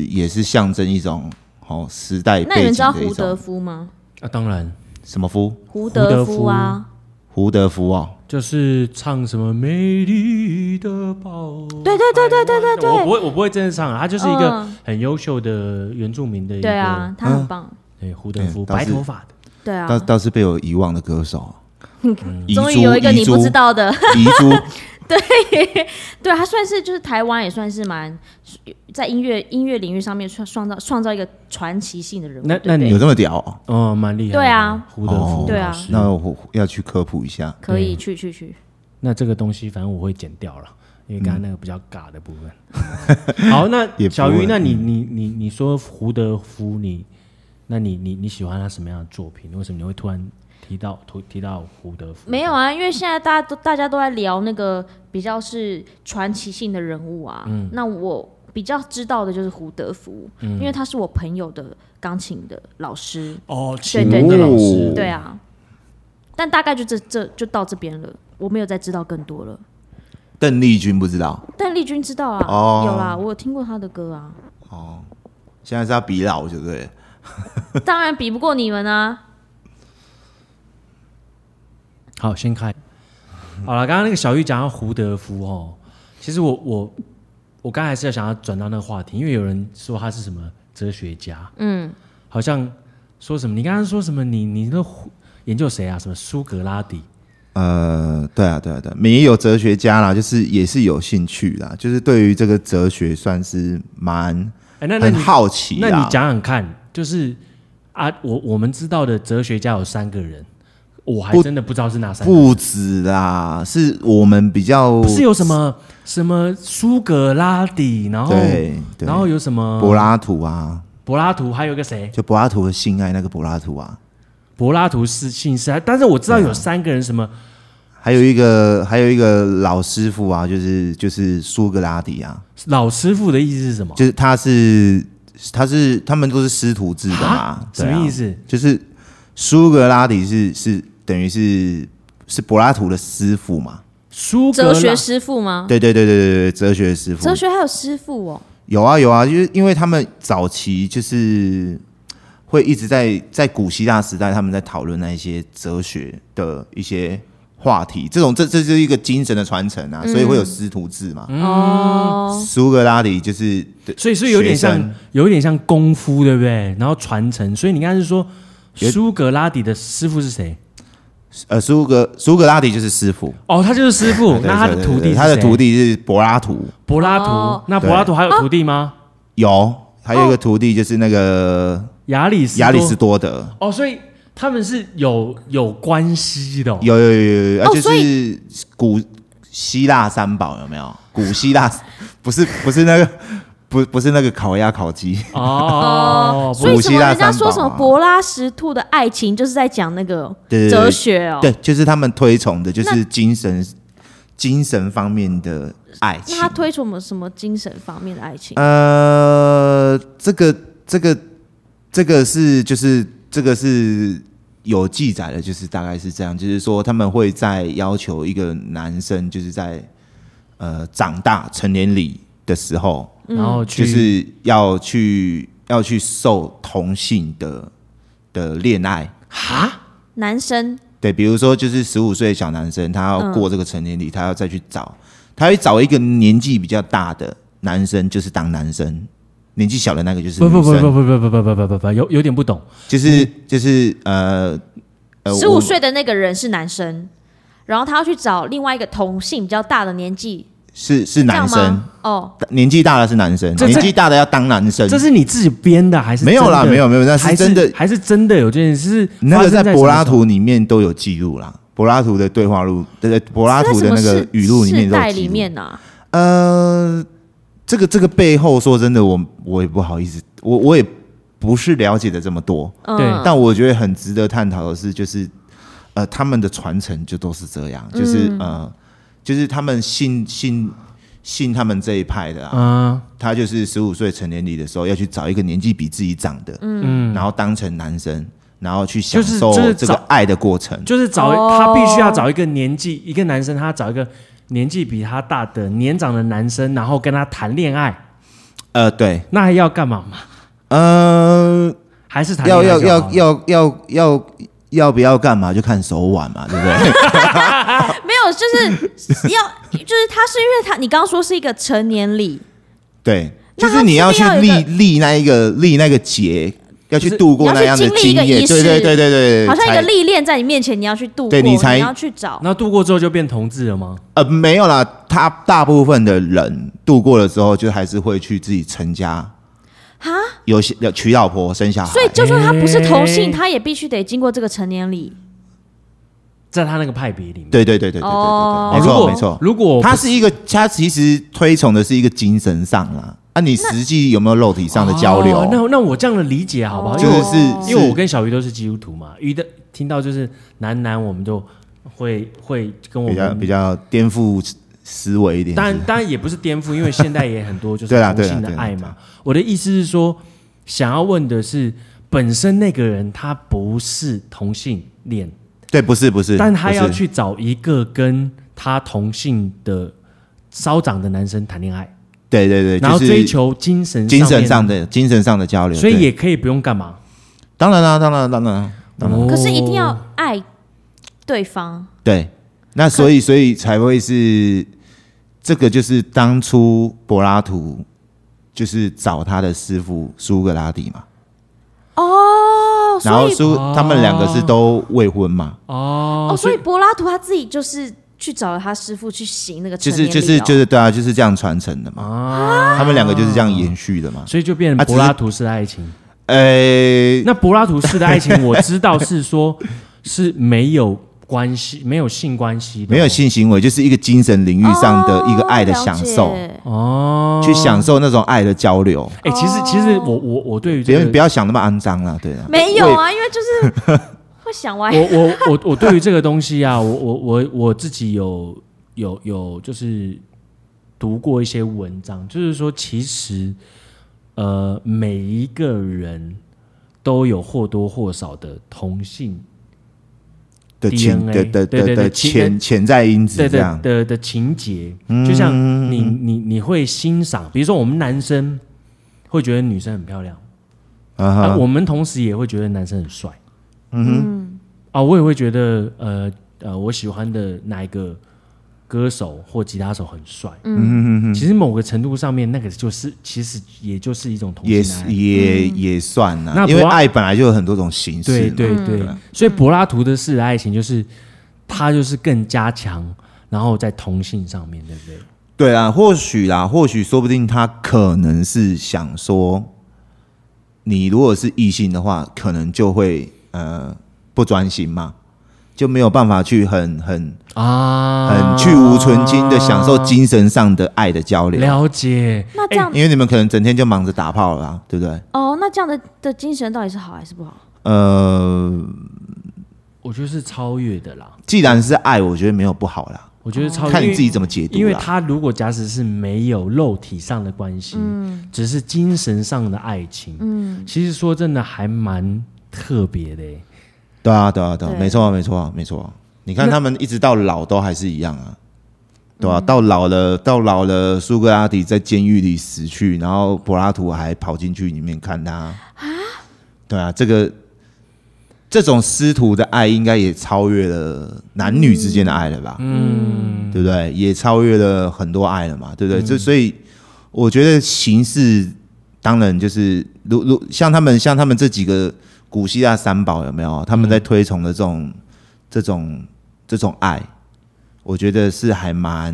S3: 也是象征一种哦时代
S2: 那你
S3: 背
S2: 们知道
S3: 景的一
S2: 胡德
S3: 种
S2: 夫吗？
S1: 啊，当然
S3: 什么夫
S2: 胡
S1: 德
S2: 德
S1: 夫
S2: 夫啊，
S3: 胡德夫哦，
S1: 就是唱什么美丽的宝。
S2: 对对对对对对对，
S1: 我不会，我不会真的唱啊，他就是一个
S2: 嗯
S1: 很优秀的原住民的一个，
S2: 对啊，他很棒，
S1: 哎，胡德夫，
S3: 对倒
S1: 白
S3: 是
S1: 头发的，
S2: 对啊
S3: 倒，倒是被我遗忘的 歌手，遗珠
S2: 终于有一个你不知，道的，
S3: 遗珠嗯遗珠
S2: 对啊他算是就是台湾也算是蛮在音乐音乐领域上面创创造创造一个传奇性的人物，
S1: 那
S2: 对不
S1: 那
S2: 对
S1: 你
S3: 有这么屌哦？
S1: 哦，蛮厉害的。
S2: 对啊，
S1: 胡德夫
S3: 哦
S2: 对啊
S1: 老师
S3: 那我要去科普一下，
S2: 可以去去去，
S1: 那这个东西反正我会剪掉了，因为刚刚那个比较尬的部分。 好，那
S3: 也不
S1: 小
S3: 会嗯
S1: 鱼，那你你你你说胡德夫，你那你你你喜欢他什么样的作品？为什么你会突然提到突提到胡德夫？
S2: 没有啊，因为现在大家都大家都在聊那个比较是传奇性的人物啊，
S3: 嗯
S2: 那我。比较知道的就是胡德夫，因为他是我朋友的钢琴的老师，
S1: 哦，
S2: 对
S1: 请
S2: 对
S1: 的
S2: 对
S1: 老师，
S2: 对啊，但大概就这这就到这边了，我没有再知道更多了。
S3: 邓丽君不知道，
S2: 但丽君知道啊，
S3: 哦
S2: 有啦，我有听过她的歌 啊，
S3: 现在是要比老就对了，
S2: 当然比不过你们啊。
S1: 好，先 开。好了，刚刚那个小玉讲到胡德夫哦，其实我我我刚才是要想要转到那个话题，因为有人说他是什么哲学家，嗯，好像说什么你刚刚说什么你你那胡研究谁啊？什么苏格拉底？
S3: 呃，对啊，对啊，对啊，也有哲学家啦，就是也是有兴趣啦，就是对于这个哲学算是蛮
S1: 哎、那那
S3: 很
S1: 你
S3: 好奇啊
S1: 那
S3: 啦。
S1: 你讲讲看，就是啊，我我们知道的哲学家有三个人，我还
S3: 不
S1: 真的不知道是哪三个人。
S3: 不止啦，是我们比较
S1: 不是有什么什么苏格拉底，然后
S3: 对对
S1: 然后有嗯什么
S3: 柏拉图啊，
S1: 柏拉图，还有一个谁？
S3: 就柏拉图的性爱那个柏拉图啊，
S1: 柏拉图是姓氏，但是我知道有三个人什么，
S3: 还有一个还有一个老师傅啊，就是就是苏格拉底啊，
S1: 老师傅的意思是什么？
S3: 就是他是他是他们都是师徒制的嘛
S1: 啊，
S3: 对
S1: 什么
S3: 啊
S1: 意思？
S3: 就是苏格拉底是是等于是是柏拉图的师傅嘛？
S1: 苏格
S2: 哲
S1: 拉
S2: 学师傅吗？
S3: 对对对对对对，哲学师傅
S2: 哲学还有师傅哦，
S3: 有啊有啊，就是因为他们早期就是会一直在在古希腊时代，他们在讨论那一些哲学的一些话题，这种这这是一个精神的传承
S1: 嗯
S3: 啊，所以会有师徒制嘛。
S2: 哦，
S3: 苏格拉底就是
S1: 所以所以有点
S3: 学
S1: 像
S3: 生
S1: 有一点像功夫，对不对？然后传承，所以你刚才是说苏格拉底的师傅是谁？
S3: 呃，苏格苏格拉底就是师傅，
S1: 哦，他就是师 傅，
S3: 对
S1: 那他
S3: 对
S1: 的
S3: 对
S1: 徒弟
S3: 对
S1: 是
S3: 他的
S1: 谁
S3: 徒弟是柏拉图，
S1: 柏拉图
S2: 哦，
S1: 那柏拉图还有徒弟吗？
S3: 有，还有一个徒弟就是那个
S1: 亚里哦士多
S3: 亚里士多德，
S1: 哦，所以他们是有有关系的哦。
S3: 有有有有有，啊
S2: 哦
S3: 就
S2: 所
S3: 是古希腊三宝有没有？古希腊不是不是那个不不是那个烤鸭烤鸡，
S1: 哦，
S2: 所以什
S3: 古希
S2: 么
S3: 腊
S2: 人家说
S3: 三宝啊
S2: 什么柏拉识兔的爱情，就是在讲那个
S3: 对对对
S2: 哲学哦。
S3: 对，就是他们推崇的就是
S2: 那
S3: 精神精神方面的爱
S2: 那
S3: 情。
S2: 他推崇了什么精神方面的爱情？
S3: 呃，这个这个这个是就是这个是有记载的，就是大概是这样，就是说他们会在要求一个男生就是在呃长大成年礼的时候，
S2: 嗯
S1: 然后去
S3: 就是要去要去受同性的的恋爱。
S1: 哈，
S2: 男生
S3: 对，比如说就是十五岁的小男生，他要过这个成年礼，他要再去找，他会找一个年纪比较大的男生，就是当男生；年纪小的那个就是
S1: 不不
S3: 女
S1: 不
S3: 生
S1: 不不不不不不不不不，有有点不懂。
S3: 就是就是呃呃，
S2: 十
S3: 我
S2: 五岁的那个人是男生，然后他要去找另外一个同性比较大的年纪，
S3: 是是
S2: 这样
S3: 男生，
S2: 吗？哦，
S3: 年纪大的是男生，
S1: 这
S3: 年纪大的要当男生，
S1: 这是你自己编的还是
S3: 没有啦，
S1: 真的
S3: 没有没有，那
S1: 还
S3: 是真的，
S1: 还是真的有这件事？是
S3: 那
S1: 发
S3: 个
S1: 生在
S3: 柏
S1: 什
S3: 拉
S1: 么时候
S3: 图里面都有记录啦。柏拉图的对话录，对对，柏拉图的那个语录里面
S2: 世
S3: 都有
S2: 代
S3: 记
S2: 里
S3: 录。
S2: 面啊，
S3: 呃，这个这个背后，说真的，我我也不好意思，我我也不是了解的这么多，
S1: 对
S2: 嗯，
S3: 但我觉得很值得探讨的是，就是呃，他们的传承就都是这样，
S1: 嗯
S3: 就是、呃，就是他们信信信他们这一派的啊，
S1: 啊，
S3: 他就是十五岁成年礼的时候要去找一个年纪比自己长的，嗯，然后当成男生，然后去享
S1: 就是
S3: 受
S1: 就是
S3: 这个
S1: 找
S3: 爱的过程。
S1: 就是找
S2: 哦
S1: 他必须要找一个年纪，一个男生他找一个年纪比他大的年长的男生，然后跟他谈恋爱，
S3: 呃，对，
S1: 那还要干嘛嘛？
S3: 呃，
S1: 还是谈恋
S3: 要
S1: 爱
S3: 要
S1: 就好
S3: 要要要要要不要干嘛就看手腕嘛，对 不对？
S2: 没有，就是 要，就是他是因为他，你刚刚说是一个成年礼，
S3: 对，就
S2: 那
S3: 是
S2: 他
S3: 你
S2: 是
S3: 要
S2: 不
S3: 去
S2: 是要有一
S3: 历
S2: 个
S3: 历那一个历那个劫，要去
S1: 就是
S3: 度过
S2: 你要
S3: 那
S2: 去
S3: 样的
S2: 经历
S3: 经
S2: 一个
S3: 验，
S2: 仪
S3: 对对
S2: 式
S3: 对对对，
S2: 好像一个
S3: 才
S2: 历练在你面前，你要去度过，
S3: 对你
S2: 你
S3: 才
S2: 要去找，
S1: 那度过之后就变同志了吗？
S3: 呃，没有啦，他大部分的人度过了之后，就还是会去自己成家，
S2: 哈，
S3: 有些有娶老婆生小孩
S2: 所。以就算他不是同性，
S1: 哎
S2: 他也必须得经过这个成年礼。
S1: 在他那个派别里面，
S3: 对对对对对对对
S2: 哦
S3: 对，没
S1: 如
S3: 错
S1: 果
S3: 没错，
S1: 如果
S3: 他是一个，他其实推崇的是一个精神上啦，啊，你实际有没有肉体上的交
S1: 哦
S3: 流？
S1: 那那我这样的理解好不好？
S2: 哦
S1: 因
S3: 就
S1: 为
S3: 是
S1: 我
S3: 是
S1: 因为我跟小鱼都是基督徒嘛，鱼的听到就是男男，我们就会会跟我
S3: 比较
S1: 们
S3: 比较颠覆思维一点，
S1: 当然，当然也不是颠覆，因为现在也很多就是
S3: 对啦
S1: 同性的
S3: 对啦啊
S1: 爱
S3: 对
S1: 嘛。我的意思是说，想要问的是，本身那个人他不是同性恋，
S3: 对，不是不是，
S1: 但他
S3: 不
S1: 要
S3: 是
S1: 去找一个跟他同性的稍长的男生谈恋爱，
S3: 对对对，
S1: 然后
S3: 就是
S1: 追求精神
S3: 精神
S1: 面
S3: 上，的精神上的交流，
S1: 所以
S3: 对
S1: 也可以不用干嘛。
S3: 当然啦，当然当然当然
S1: 哦
S2: 可是一定要爱对方，
S3: 对，那所以所以才会是这个，就是当初柏拉图就是找他的师傅苏格拉底嘛，
S2: 哦，
S3: 然
S2: 所
S3: 后
S2: 以
S3: 苏他们两个是都未婚嘛，
S1: 哦
S2: 哦，，所以柏拉图他自己就是去找了他师傅去行那个
S3: 就
S2: 成
S3: 是
S2: 年礼哦、
S3: 就是就是对啊，就是这样传承的嘛，他们两个就是这样延续的嘛，
S1: 啊所以就变成
S3: 啊只
S1: 柏
S3: 是
S1: 拉图式的爱情。
S3: 呃，
S1: 那柏拉图式的爱情，我知道是说是没有关系，没有性关系的，哦
S3: 没有性行为，就是一个精神领域上的一个爱的享受
S1: 哦，
S2: 哦。了解
S3: 去享受那种爱的交流，
S1: 哎、其实其实我我我对于
S3: 别
S1: 这
S3: 人不
S1: 个，
S3: 要想那么肮脏啦，对啊，
S2: 没有啊，因为就是 会想歪。
S1: 我我我我对于这个东西啊，我我我我自己有有有就是读过一些文章，就是说其实呃每一个人都有或多或少的同性
S3: 的潜
S1: DNA
S3: 的的
S1: 对啊对
S3: 的
S1: 对
S3: 的
S1: 情
S3: 潜潜在因子
S1: 对
S3: 这
S1: 的
S3: 样，
S1: 的的情节，
S3: 嗯
S1: 就像你你你会欣赏，比如说我们男生会觉得女生很漂亮，
S3: 啊
S1: 啊，
S3: 哈，
S1: 我们同时也会觉得男生很帅，嗯啊，我也会觉得呃呃，我喜欢的哪一个歌手或吉他手很帅，
S3: 嗯哼哼哼，
S1: 其实某个程度上面，那个就是其实也就是一种同
S3: 也
S1: 性
S3: 是
S1: 爱。
S3: 也也算
S1: 嗯那
S3: 啦，
S1: 不
S3: 因为
S1: 要
S3: 爱本来就有很多种形式
S1: 对
S3: 嘛，
S1: 对对，所以柏拉图的式的爱情就是他就是更加强，然后在同性上面，对不对？
S3: 对啊，或许啦，或许说不定他可能是想说，你如果是异性的话，可能就会呃不专心嘛，就没有办法去很很
S1: 啊，
S3: 很去无存精的享受精神上的爱的交流，
S1: 了解。哎
S2: 那这样、
S3: 因为你们可能整天就忙着打炮了啦，对不对？
S2: 哦，那这样的的精神到底是好还是不好？
S3: 呃，
S1: 我觉得是超越的啦，
S3: 既然是爱，我觉得没有不好啦，
S1: 我觉得超越，哦
S3: 看
S1: 因
S3: 你
S1: 为
S3: 自己怎么解读
S1: 因为
S3: 啦。
S1: 他如果假使是没有肉体上的关系，
S3: 嗯
S1: 只是精神上的爱情，其实说真的还蛮特别的欸、
S3: 对啊，对啊，对啊，
S2: 对
S3: 没错啊，没错啊，没错啊。你看他们一直到老都还是一样啊，对啊，到老了，到老了，苏格拉底在监狱里死去，然后柏拉图还跑进去里面看他啊。对啊，这个这种师徒的爱，应该也超越了男女之间的爱了吧？嗯，对不对？也超越了很多爱了嘛，对不对？这、所以我觉得形式当然就是，如如像他们像他们这几个古希腊啊三宝有没有？他们在推崇的这种、这种这种爱，我觉得是还蛮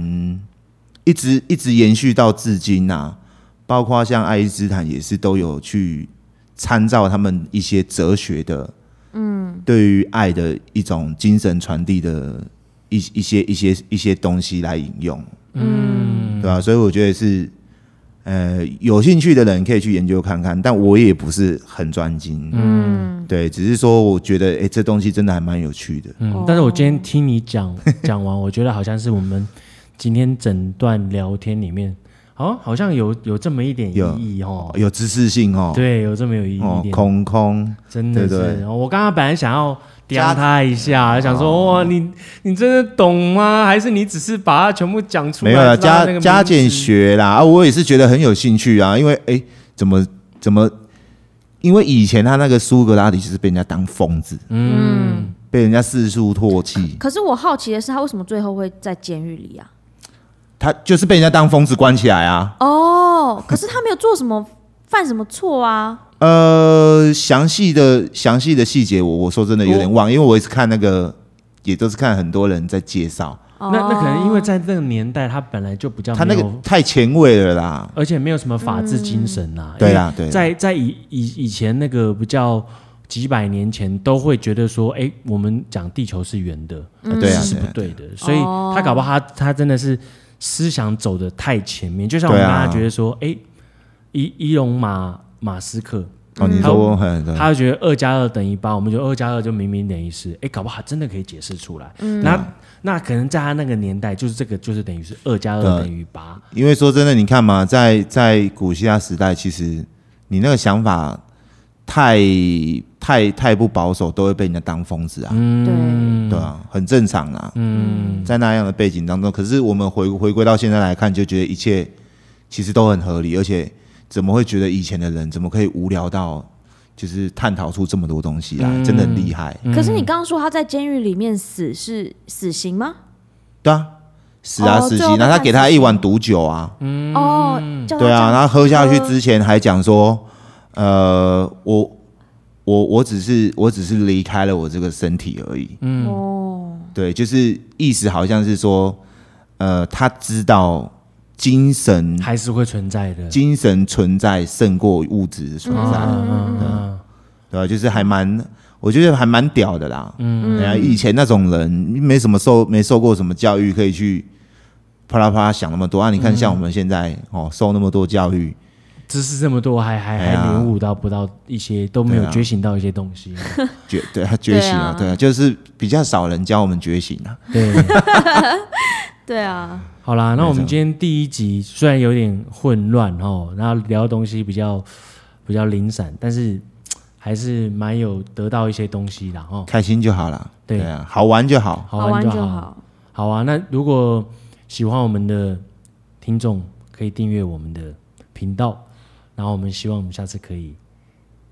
S3: 一直一直延续到至今呐、啊包括像爱因斯坦也是都有去参照他们一些哲学的，嗯，对于爱的一种精神传递的一一些一些一些东西来引用，嗯，对吧、所以我觉得是。呃，有兴趣的人可以去研究看看，但我也不是很专精，嗯，对，只是说我觉得，哎、这东西真的还蛮有趣的，
S1: 嗯，但是我今天听你讲 讲完，我觉得好像是我们今天整段聊天里面，哦，好像有有这么一点
S3: 有
S1: 意义哦。
S3: 有知识性哦，
S1: 对，有这么有意义一
S3: 哦，
S1: 点，
S3: 空空，
S1: 真的是。
S3: 对对
S1: 然后我刚刚本来想要
S3: 加
S1: 刁他一下，想说
S3: 哦
S1: 哇、你你真的懂吗？还是你只是把它全部讲出来？
S3: 没有啦，
S1: 知道那个
S3: 加
S1: 名
S3: 加
S1: 字
S3: 减学啦，啊，我也是觉得很有兴趣啊，因为哎、怎么怎么，因为以前他那个苏格拉底就是被人家当疯子，
S1: 嗯，
S3: 被人家四处唾弃，
S2: 可是我好奇的是，他为什么最后会在监狱里啊？
S3: 他就是被人家当疯子关起来啊。
S2: 哦，可是他没有做什么犯什么错啊？
S3: 呃，详细的详细的细节我我说真的有点忘，因为我也是看那个，也都是看很多人在介绍，
S1: 那那可能因为在那个年代，他本来就比较
S3: 他那
S1: 没
S3: 个
S1: 有
S3: 太前卫了啦。
S1: 而且没有什么法治精神呐、
S3: 对啦
S1: 因为
S3: 对啦
S1: 在在以以以前那个比较几百年前，都会觉得说，哎、我们讲地球是圆的，
S3: 啊对啊
S1: 嗯是
S3: 对啊
S1: 不对的，所以他搞不好他他真的是思想走的太前面，就像我们
S3: 对啊
S1: 大家觉得说，哎、伊伊隆马马斯克。
S3: 哦，你
S1: 他
S3: 说我很对
S1: 他就觉得二加二等于八，我们觉得二加二就明明等于十，哎，搞不好真的可以解释出来。那那可能在他那个年代，就是这个就是等于是二加二
S3: 对
S1: 等于八，
S3: 因为说真的，你看嘛，在在古希腊时代，其实你那个想法太太太不保守，都会被人家当疯子啊，
S2: 对，
S3: 对啊，很正常啊。嗯，在那样的背景当中，可是我们回回归到现在来看，就觉得一切其实都很合理，而且怎么会觉得以前的人怎么可以无聊到就是探讨出这么多东西来，真的很厉害。
S2: 可是你刚刚说他在监狱里面死是死刑吗？
S3: 对啊，死啊
S2: 哦
S3: 死
S2: 最后
S3: 刑，
S2: 被
S3: 那他
S2: 判
S3: 给他
S2: 死
S3: 一
S2: 刑
S3: 碗毒酒啊，
S2: 哦，叫他哦
S3: 对啊，
S2: 讲
S3: 他喝下去之前还讲说，呃，我我我只是我只是离开了我这个身体而已。
S2: 哦，
S3: 对，就是意思好像是说，呃，他知道精神
S1: 还是会存在的。
S3: 精神存在胜过物质的存在，
S1: 嗯嗯
S3: 对吧？就是还蛮。我觉得还蛮屌的啦，嗯，哎呀，以前那种人没什么受没受过什么教育，可以去啪啦啪啦想那么多啊。你看，
S1: 嗯
S3: 像我们现在、哦，受那么多教育，
S1: 知识这么多，还还
S3: 哎
S1: 还
S3: 呀
S1: 领悟到不到一些都没有
S3: 对啊
S1: 觉醒到一些东西，啊
S3: 觉对他觉
S2: 对
S3: 醒
S2: 啊
S3: 了，对啊，就是比较少人教我们觉醒啊。
S1: 对。
S2: 对啊，
S1: 好啦，那我们今天第一集虽然有点混乱哦，然后聊的东西比较比较零散，但是嘖还是蛮有得到一些东西的哦。
S3: 开心就好了，
S1: 对
S3: 对啊，好玩就好。
S1: 好玩就
S2: 就
S1: 好，。好啊。那如果喜欢我们的听众，可以订阅我们的频道，然后我们希望我们下次可以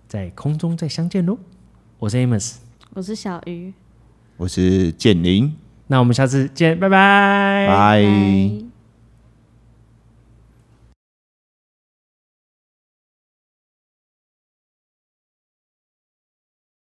S1: 在空中再相见喽。我是 Amos。
S2: 我是小鱼。
S3: 我是建林，
S1: 那我们下次见，拜拜。
S3: 拜。